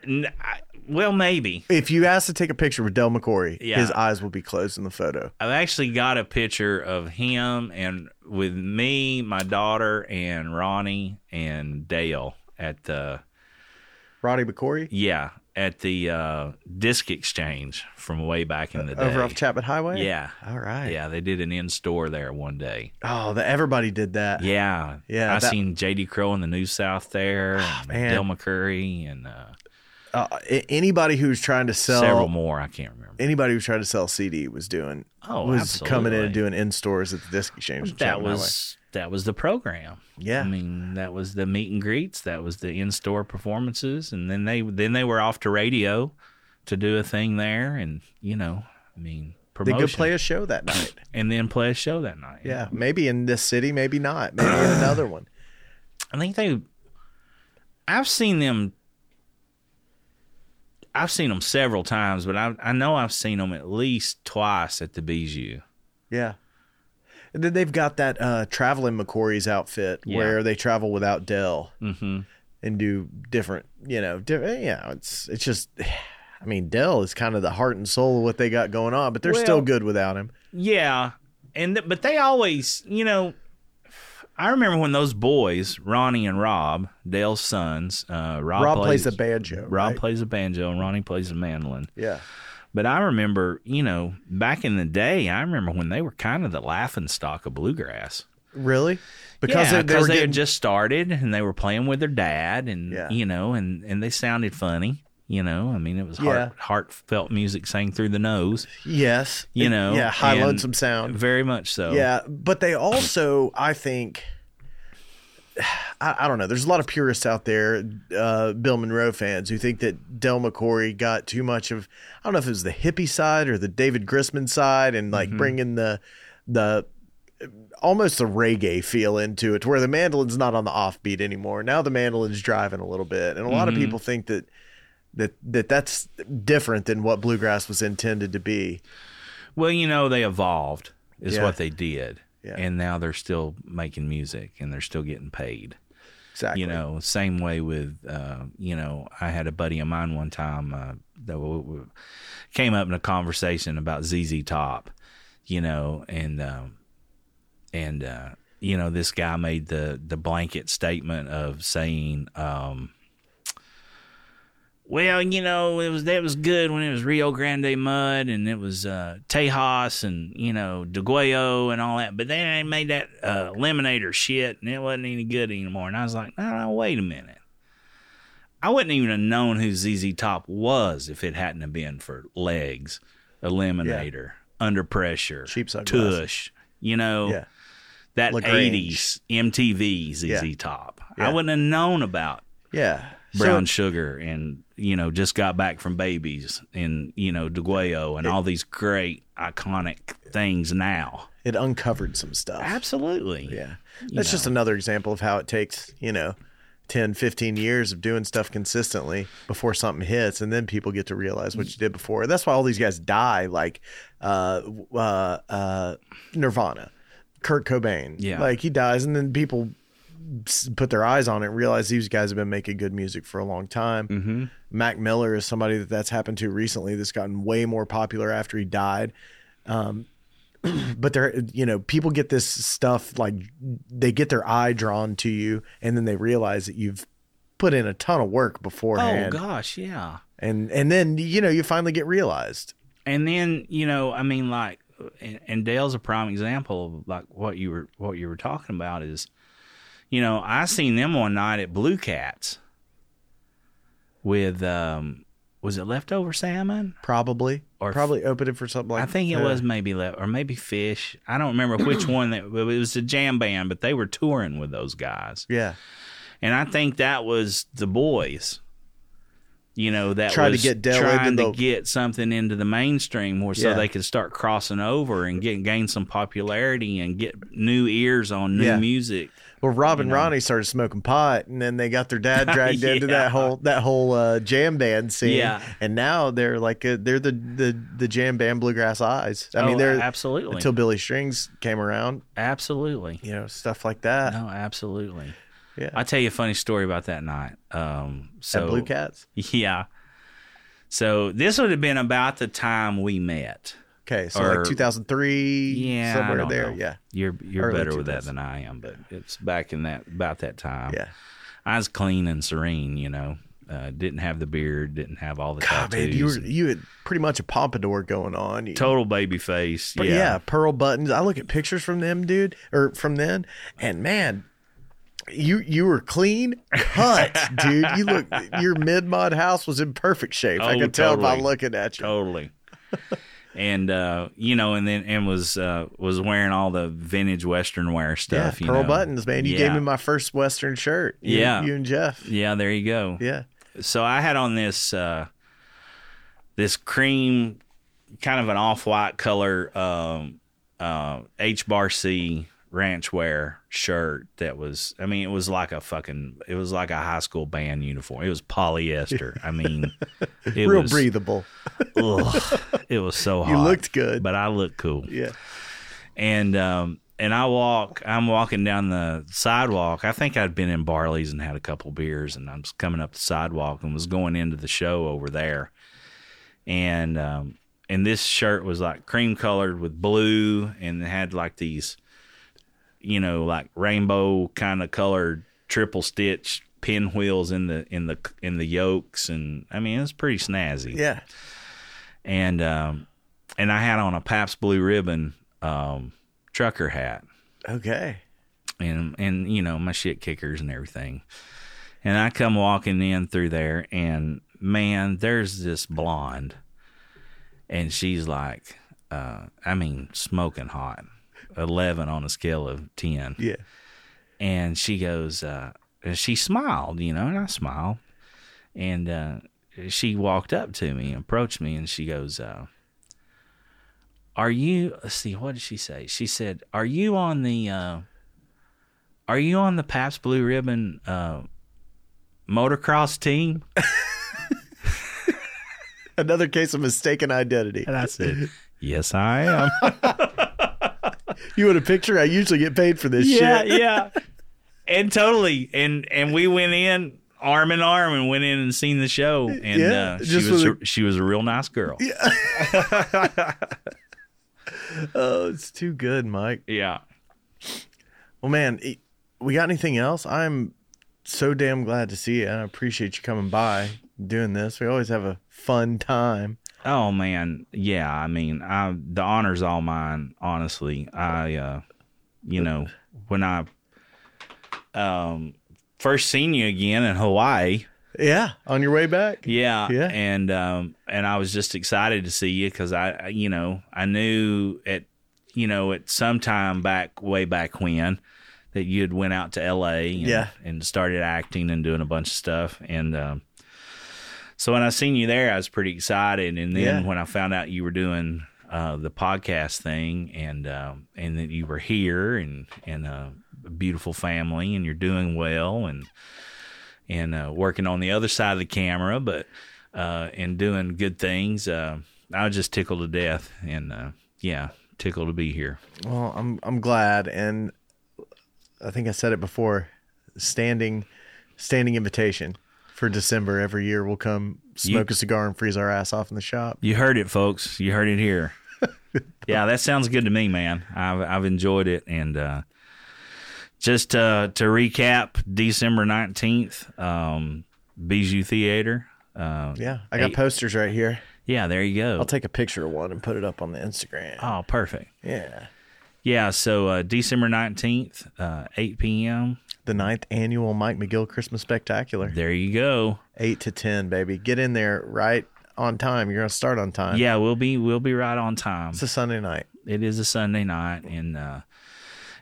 S3: N- I- well, maybe.
S1: If you ask to take a picture with Del McCory,
S3: Yeah.
S1: his eyes will be closed in the photo.
S3: I've actually got a picture of him and with me, my daughter, and Ronnie and Dale at the
S1: Roddy McCory?
S3: yeah at the uh, disc exchange from way back in the day.
S1: over off Chapman Highway.
S3: yeah,
S1: All right.
S3: yeah, they did an in store there one day.
S1: Oh, the, everybody did that.
S3: Uh, Yeah, Ah,
S1: Yeah,
S3: I
S1: that-
S3: seen J.D. Crow in the New South there, and
S1: man.
S3: Del McCurry, and uh,
S1: Uh, a- anybody who's trying to sell
S3: several more. I can't remember.
S1: anybody who's trying to sell CD was doing
S3: Oh,
S1: was
S3: absolutely.
S1: coming in and doing in stores at the disc exchange. on
S3: that
S1: Chapman Highway.
S3: was that was the program.
S1: yeah.
S3: I mean, that was the meet and greets, that was the in store performances, and then they then they were off to radio to do a thing there, and you know, I mean,
S1: they
S3: promotion,
S1: could play a show that night.
S3: and then play a show that night.
S1: yeah, maybe in this city, maybe not. Maybe in another one.
S3: I think they. I've seen them. I've seen them several times, but I I know I've seen them at least twice at the Bijou.
S1: Yeah. And then they've got that uh, traveling McCory's outfit
S3: Yeah.
S1: where they travel without Dell
S3: Mm-hmm.
S1: and do different, you know, different. Yeah, it's it's just. I mean, Dell is kind of the heart and soul of what they got going on, but they're
S3: Well-
S1: still good without him.
S3: Yeah, and th- but they always, you know, I remember when those boys, Ronnie and Rob, Dale's sons, uh, Rob,
S1: Rob plays a banjo.
S3: Rob
S1: right?
S3: plays a banjo and Ronnie plays a mandolin.
S1: yeah,
S3: But I remember, you know, back in the day, I remember when they were kind of the laughing stock of bluegrass.
S1: really, because
S3: Yeah,
S1: they, they were
S3: they had
S1: getting
S3: just started and they were playing with their dad, and
S1: Yeah.
S3: you know, and and they sounded funny. You know, I mean, it was
S1: Yeah.
S3: heart, heartfelt music sang through the nose,
S1: yes,
S3: you know,
S1: yeah, high
S3: and-
S1: lonesome sound.
S3: very much so.
S1: Yeah, but they also, I think, I, I don't know. There's a lot of purists out there, uh, Bill Monroe fans, who think that Del McCory got too much of. I don't know if it was the hippie side or the David Grisman side, and
S3: Mm-hmm.
S1: like bringing the the almost the reggae feel into it, to where the mandolin's not on the offbeat anymore. Now the mandolin's driving a little bit, and a lot
S3: Mm-hmm.
S1: of people think that that that that's different than what bluegrass was intended to be.
S3: Well, you know, they evolved is
S1: Yeah.
S3: what they did,
S1: Yeah.
S3: and now they're still making music and they're still getting paid.
S1: Exactly.
S3: You know, same way with, uh, you know, I had a buddy of mine one time uh, that w- w- came up in a conversation about ZZ Top, you know, and um, and uh, you know, this guy made the the blanket statement of saying, um, well, you know, it was that was good when it was Rio Grande mud and it was uh, Tejas and you know DeGuayo and all that, but then they made that uh, lemonator shit and it wasn't any good anymore. And I was like, no, no, wait a minute. I wouldn't even have known who ZZ Top was if it hadn't have been for Legs, Eliminator, Under Pressure,
S1: Cheap sunglasses.
S3: Tush, you know,
S1: Yeah.
S3: that
S1: Lagrange.
S3: 80s MTV ZZ
S1: Yeah.
S3: Top.
S1: Yeah.
S3: I wouldn't have known about
S1: Yeah.
S3: brown
S1: So,
S3: sugar and you know just got back from babies and you know deguayo and all these great iconic things now
S1: it uncovered some stuff.
S3: absolutely
S1: Yeah. That's just another example of how it takes, you know, 10, 15 years of doing stuff consistently before something hits. And then people get to realize what you did before. That's why all these guys die, like uh, uh, uh, Nirvana, Kurt Cobain.
S3: Yeah.
S1: Like he dies, and then people s- put their eyes on it and realize these guys have been making good music for a long time. Mm-hmm. Mac Miller is somebody that that's happened to recently that's gotten way more popular after he died Um, but they're you know people get this stuff like they get their eye drawn to you and then they realize that you've put in a ton of work
S3: oh
S1: beforehand
S3: gosh yeah
S1: and and then you know you finally get realized.
S3: And then you know, I mean, like, and, and Dale's a prime example of like what you were what you were talking about is, you know, I seen them one night at Blue Cats with um, was it leftover salmon?
S1: Probably
S3: Or-
S1: probably open it for something like
S3: I think it
S1: Yeah.
S3: was maybe left or maybe fish. I don't remember which one that but it was a jam band, but they were touring with those guys,
S1: Yeah,
S3: and I think that was the boys. You know that
S1: Tried to
S3: was
S1: get Dell
S3: trying
S1: into
S3: to
S1: the-
S3: get something into the mainstream, where so
S1: Yeah.
S3: they could start crossing over and get gain some popularity and get new ears on new
S1: Yeah.
S3: music.
S1: Well, Rob and Ronnie started smoking pot, and then they got their dad dragged into
S3: Yeah.
S1: that whole that whole uh, jam band scene.
S3: Yeah.
S1: and now they're like uh they're the, the the jam band bluegrass eyes. I mean,
S3: Oh,
S1: they're
S3: absolutely,
S1: until Billy Strings came around,
S3: absolutely.
S1: you know, stuff like that.
S3: No, absolutely.
S1: Yeah.
S3: I tell you a funny story about that night. Um, so
S1: At Blue Cats.
S3: Yeah. So this would have been about the time we met.
S1: Okay, so
S3: Or-
S1: like 2003,
S3: Yeah, I
S1: somewhere
S3: don't
S1: there.
S3: know.
S1: Yeah,
S3: You're you're
S1: Early
S3: better with that
S1: 2000s.
S3: than I am, but it's back in that about that time.
S1: yeah.
S3: I was clean and serene, you know. Uh, didn't have the beard, didn't have all the
S1: God,
S3: tattoos.
S1: man, you were
S3: and
S1: you had pretty much a pompadour going on. You,
S3: total baby face.
S1: But yeah. pearl buttons. I look at pictures from them, dude, or from then, and man, you you were clean cut, dude. You look your mid mod house was in perfect shape. I
S3: Oh,
S1: can tell by
S3: totally. Oh,
S1: looking at you.
S3: Totally. and uh, you know, and then and was uh, was wearing all the vintage western wear
S1: yeah,
S3: stuff. you
S1: pearl
S3: know.
S1: buttons, man. You gave
S3: Yeah.
S1: me my first Western shirt. You-
S3: Yeah.
S1: you and Jeff.
S3: Yeah, there you go.
S1: Yeah,
S3: so I had on this uh, this cream, kind of an off white color um, uh, H bar C ranch wear shirt that was I mean it was like a fucking it was like a high school band uniform. It was polyester. I mean it
S1: real
S3: was
S1: breathable.
S3: ugh, it was so hot.
S1: You looked good.
S3: but I looked cool
S1: yeah,
S3: and um and I walk I'm walking down the sidewalk. I think I'd been in Barley's and had a couple beers and I'm just coming up the sidewalk and was going into the show over there. And um and this shirt was like cream colored with blue and it had like these you know like rainbow kind of colored triple stitch pinwheels in the in the in the yolks and I mean it's pretty snazzy
S1: yeah.
S3: and um, and I had on a Pabst Blue Ribbon um, trucker hat
S1: Okay.
S3: and and you know my shit kickers and everything. And I come walking in through there, and man, there's this blonde, and she's like, uh, I mean, smoking hot, eleven on a scale of ten
S1: Yeah.
S3: and she goes uh and she smiled you know and i smiled and uh she walked up to me approached me and she goes uh are you let's see what did she say she said are you on the uh are you on the Pabst Blue Ribbon uh, motocross team?
S1: Another case of mistaken identity.
S3: And I said, "Yes, I am."
S1: You want a picture? I usually get paid for this
S3: yeah,
S1: shit.
S3: yeah. And totally, and and we went in arm in arm and went in and seen the show, and
S1: Yeah,
S3: uh, she
S1: just
S3: was
S1: with
S3: she was a real nice girl. Yeah,
S1: Oh, it's too good, Mike. Well, man, e- we got anything else? I'm so damn glad to see you, and I appreciate you coming by doing this. We always have a fun time.
S3: Oh man, yeah. I mean, I the honor's all mine. Honestly, I uh, you know when I um first seen you again in Hawaii.
S1: Yeah, on your way back.
S3: Yeah,
S1: Yeah.
S3: and um, and I was just excited to see you because I, I- you know, I knew at, you know, at some time back, way back when, that you had went out to L.A. And,
S1: Yeah.
S3: and started acting and doing a bunch of stuff, and um, so when I seen you there, I was pretty excited, and then
S1: Yeah.
S3: when I found out you were doing. Uh, the podcast thing, and um, and that you were here, and and uh, a beautiful family, and you're doing well, and and uh, working on the other side of the camera, but uh, and doing good things. Uh, I was just tickled to death, and uh, yeah, tickled to be here.
S1: Well, I'm I'm glad, and I think I said it before. Standing, standing invitation for December every year. We'll come smoke a cigar and freeze our ass off in the shop.
S3: You heard it, folks. You heard it here. yeah, that sounds good to me, man. I've I've enjoyed it, and uh, just uh, to recap, December nineteenth, um, Bijou Theater. Uh,
S1: Yeah, I got
S3: Hey.
S1: posters right here.
S3: yeah, there you go.
S1: I'll take a picture of one and put it up on the Instagram.
S3: oh, perfect.
S1: Yeah.
S3: Yeah, so uh, December 19th, uh, 8 p.m.
S1: The ninth annual Mike McGill Christmas Spectacular.
S3: There you go.
S1: Eight to 10, baby. Get in there right on time. You're going to start on time.
S3: Yeah, we'll be we'll be right on time.
S1: It's a Sunday night.
S3: It is a Sunday night and uh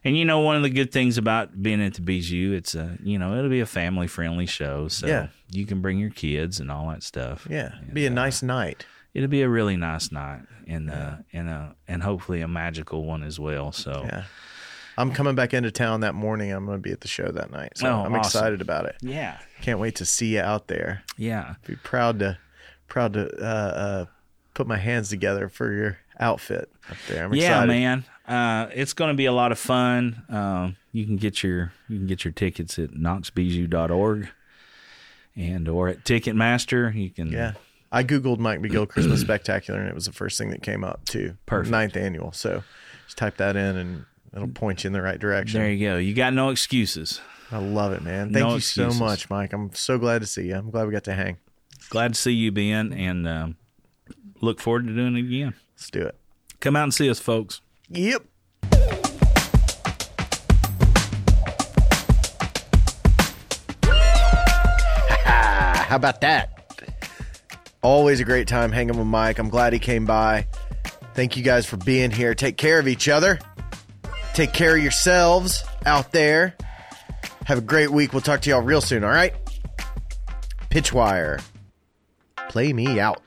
S3: and you know one of the good things about being at the BGU, it's a you know, it'll be a family friendly show. So
S1: Yeah.
S3: you can bring your kids and all that stuff.
S1: Yeah. Be a nice night.
S3: It'll be a really nice night and uh and uh and hopefully a magical one as well. So
S1: Yeah. I'm coming back into town that morning. I'm going to be at the show that night. So
S3: Oh,
S1: I'm
S3: awesome.
S1: excited about it.
S3: yeah.
S1: Can't wait to see you out there.
S3: yeah.
S1: Be proud to proud to uh, uh, put my hands together for your outfit up there. I'm
S3: Yeah,
S1: excited.
S3: man. Uh, it's going to be a lot of fun. Um, you can get your you can get your tickets at knoxbijou.org and or at Ticketmaster. You can
S1: Yeah. I Googled Mike McGill Christmas Spectacular and it was the first thing that came up too.
S3: Perfect.
S1: Ninth annual. So just type that in and it'll point you in the right direction.
S3: There you go. You got no excuses.
S1: I love it, man.
S3: No
S1: Thank you
S3: excuses.
S1: so much, Mike. I'm so glad to see you. I'm glad we got to hang.
S3: Glad to see you, Ben, and um, look forward to doing it again.
S1: Let's do it.
S3: Come out and see us, folks.
S1: Yep. How about that? Always a great time hanging with Mike. I'm glad he came by. Thank you guys for being here. Take care of each other. Take care of yourselves out there. Have a great week. We'll talk to y'all real soon, all right? Pitchwire. Play me out.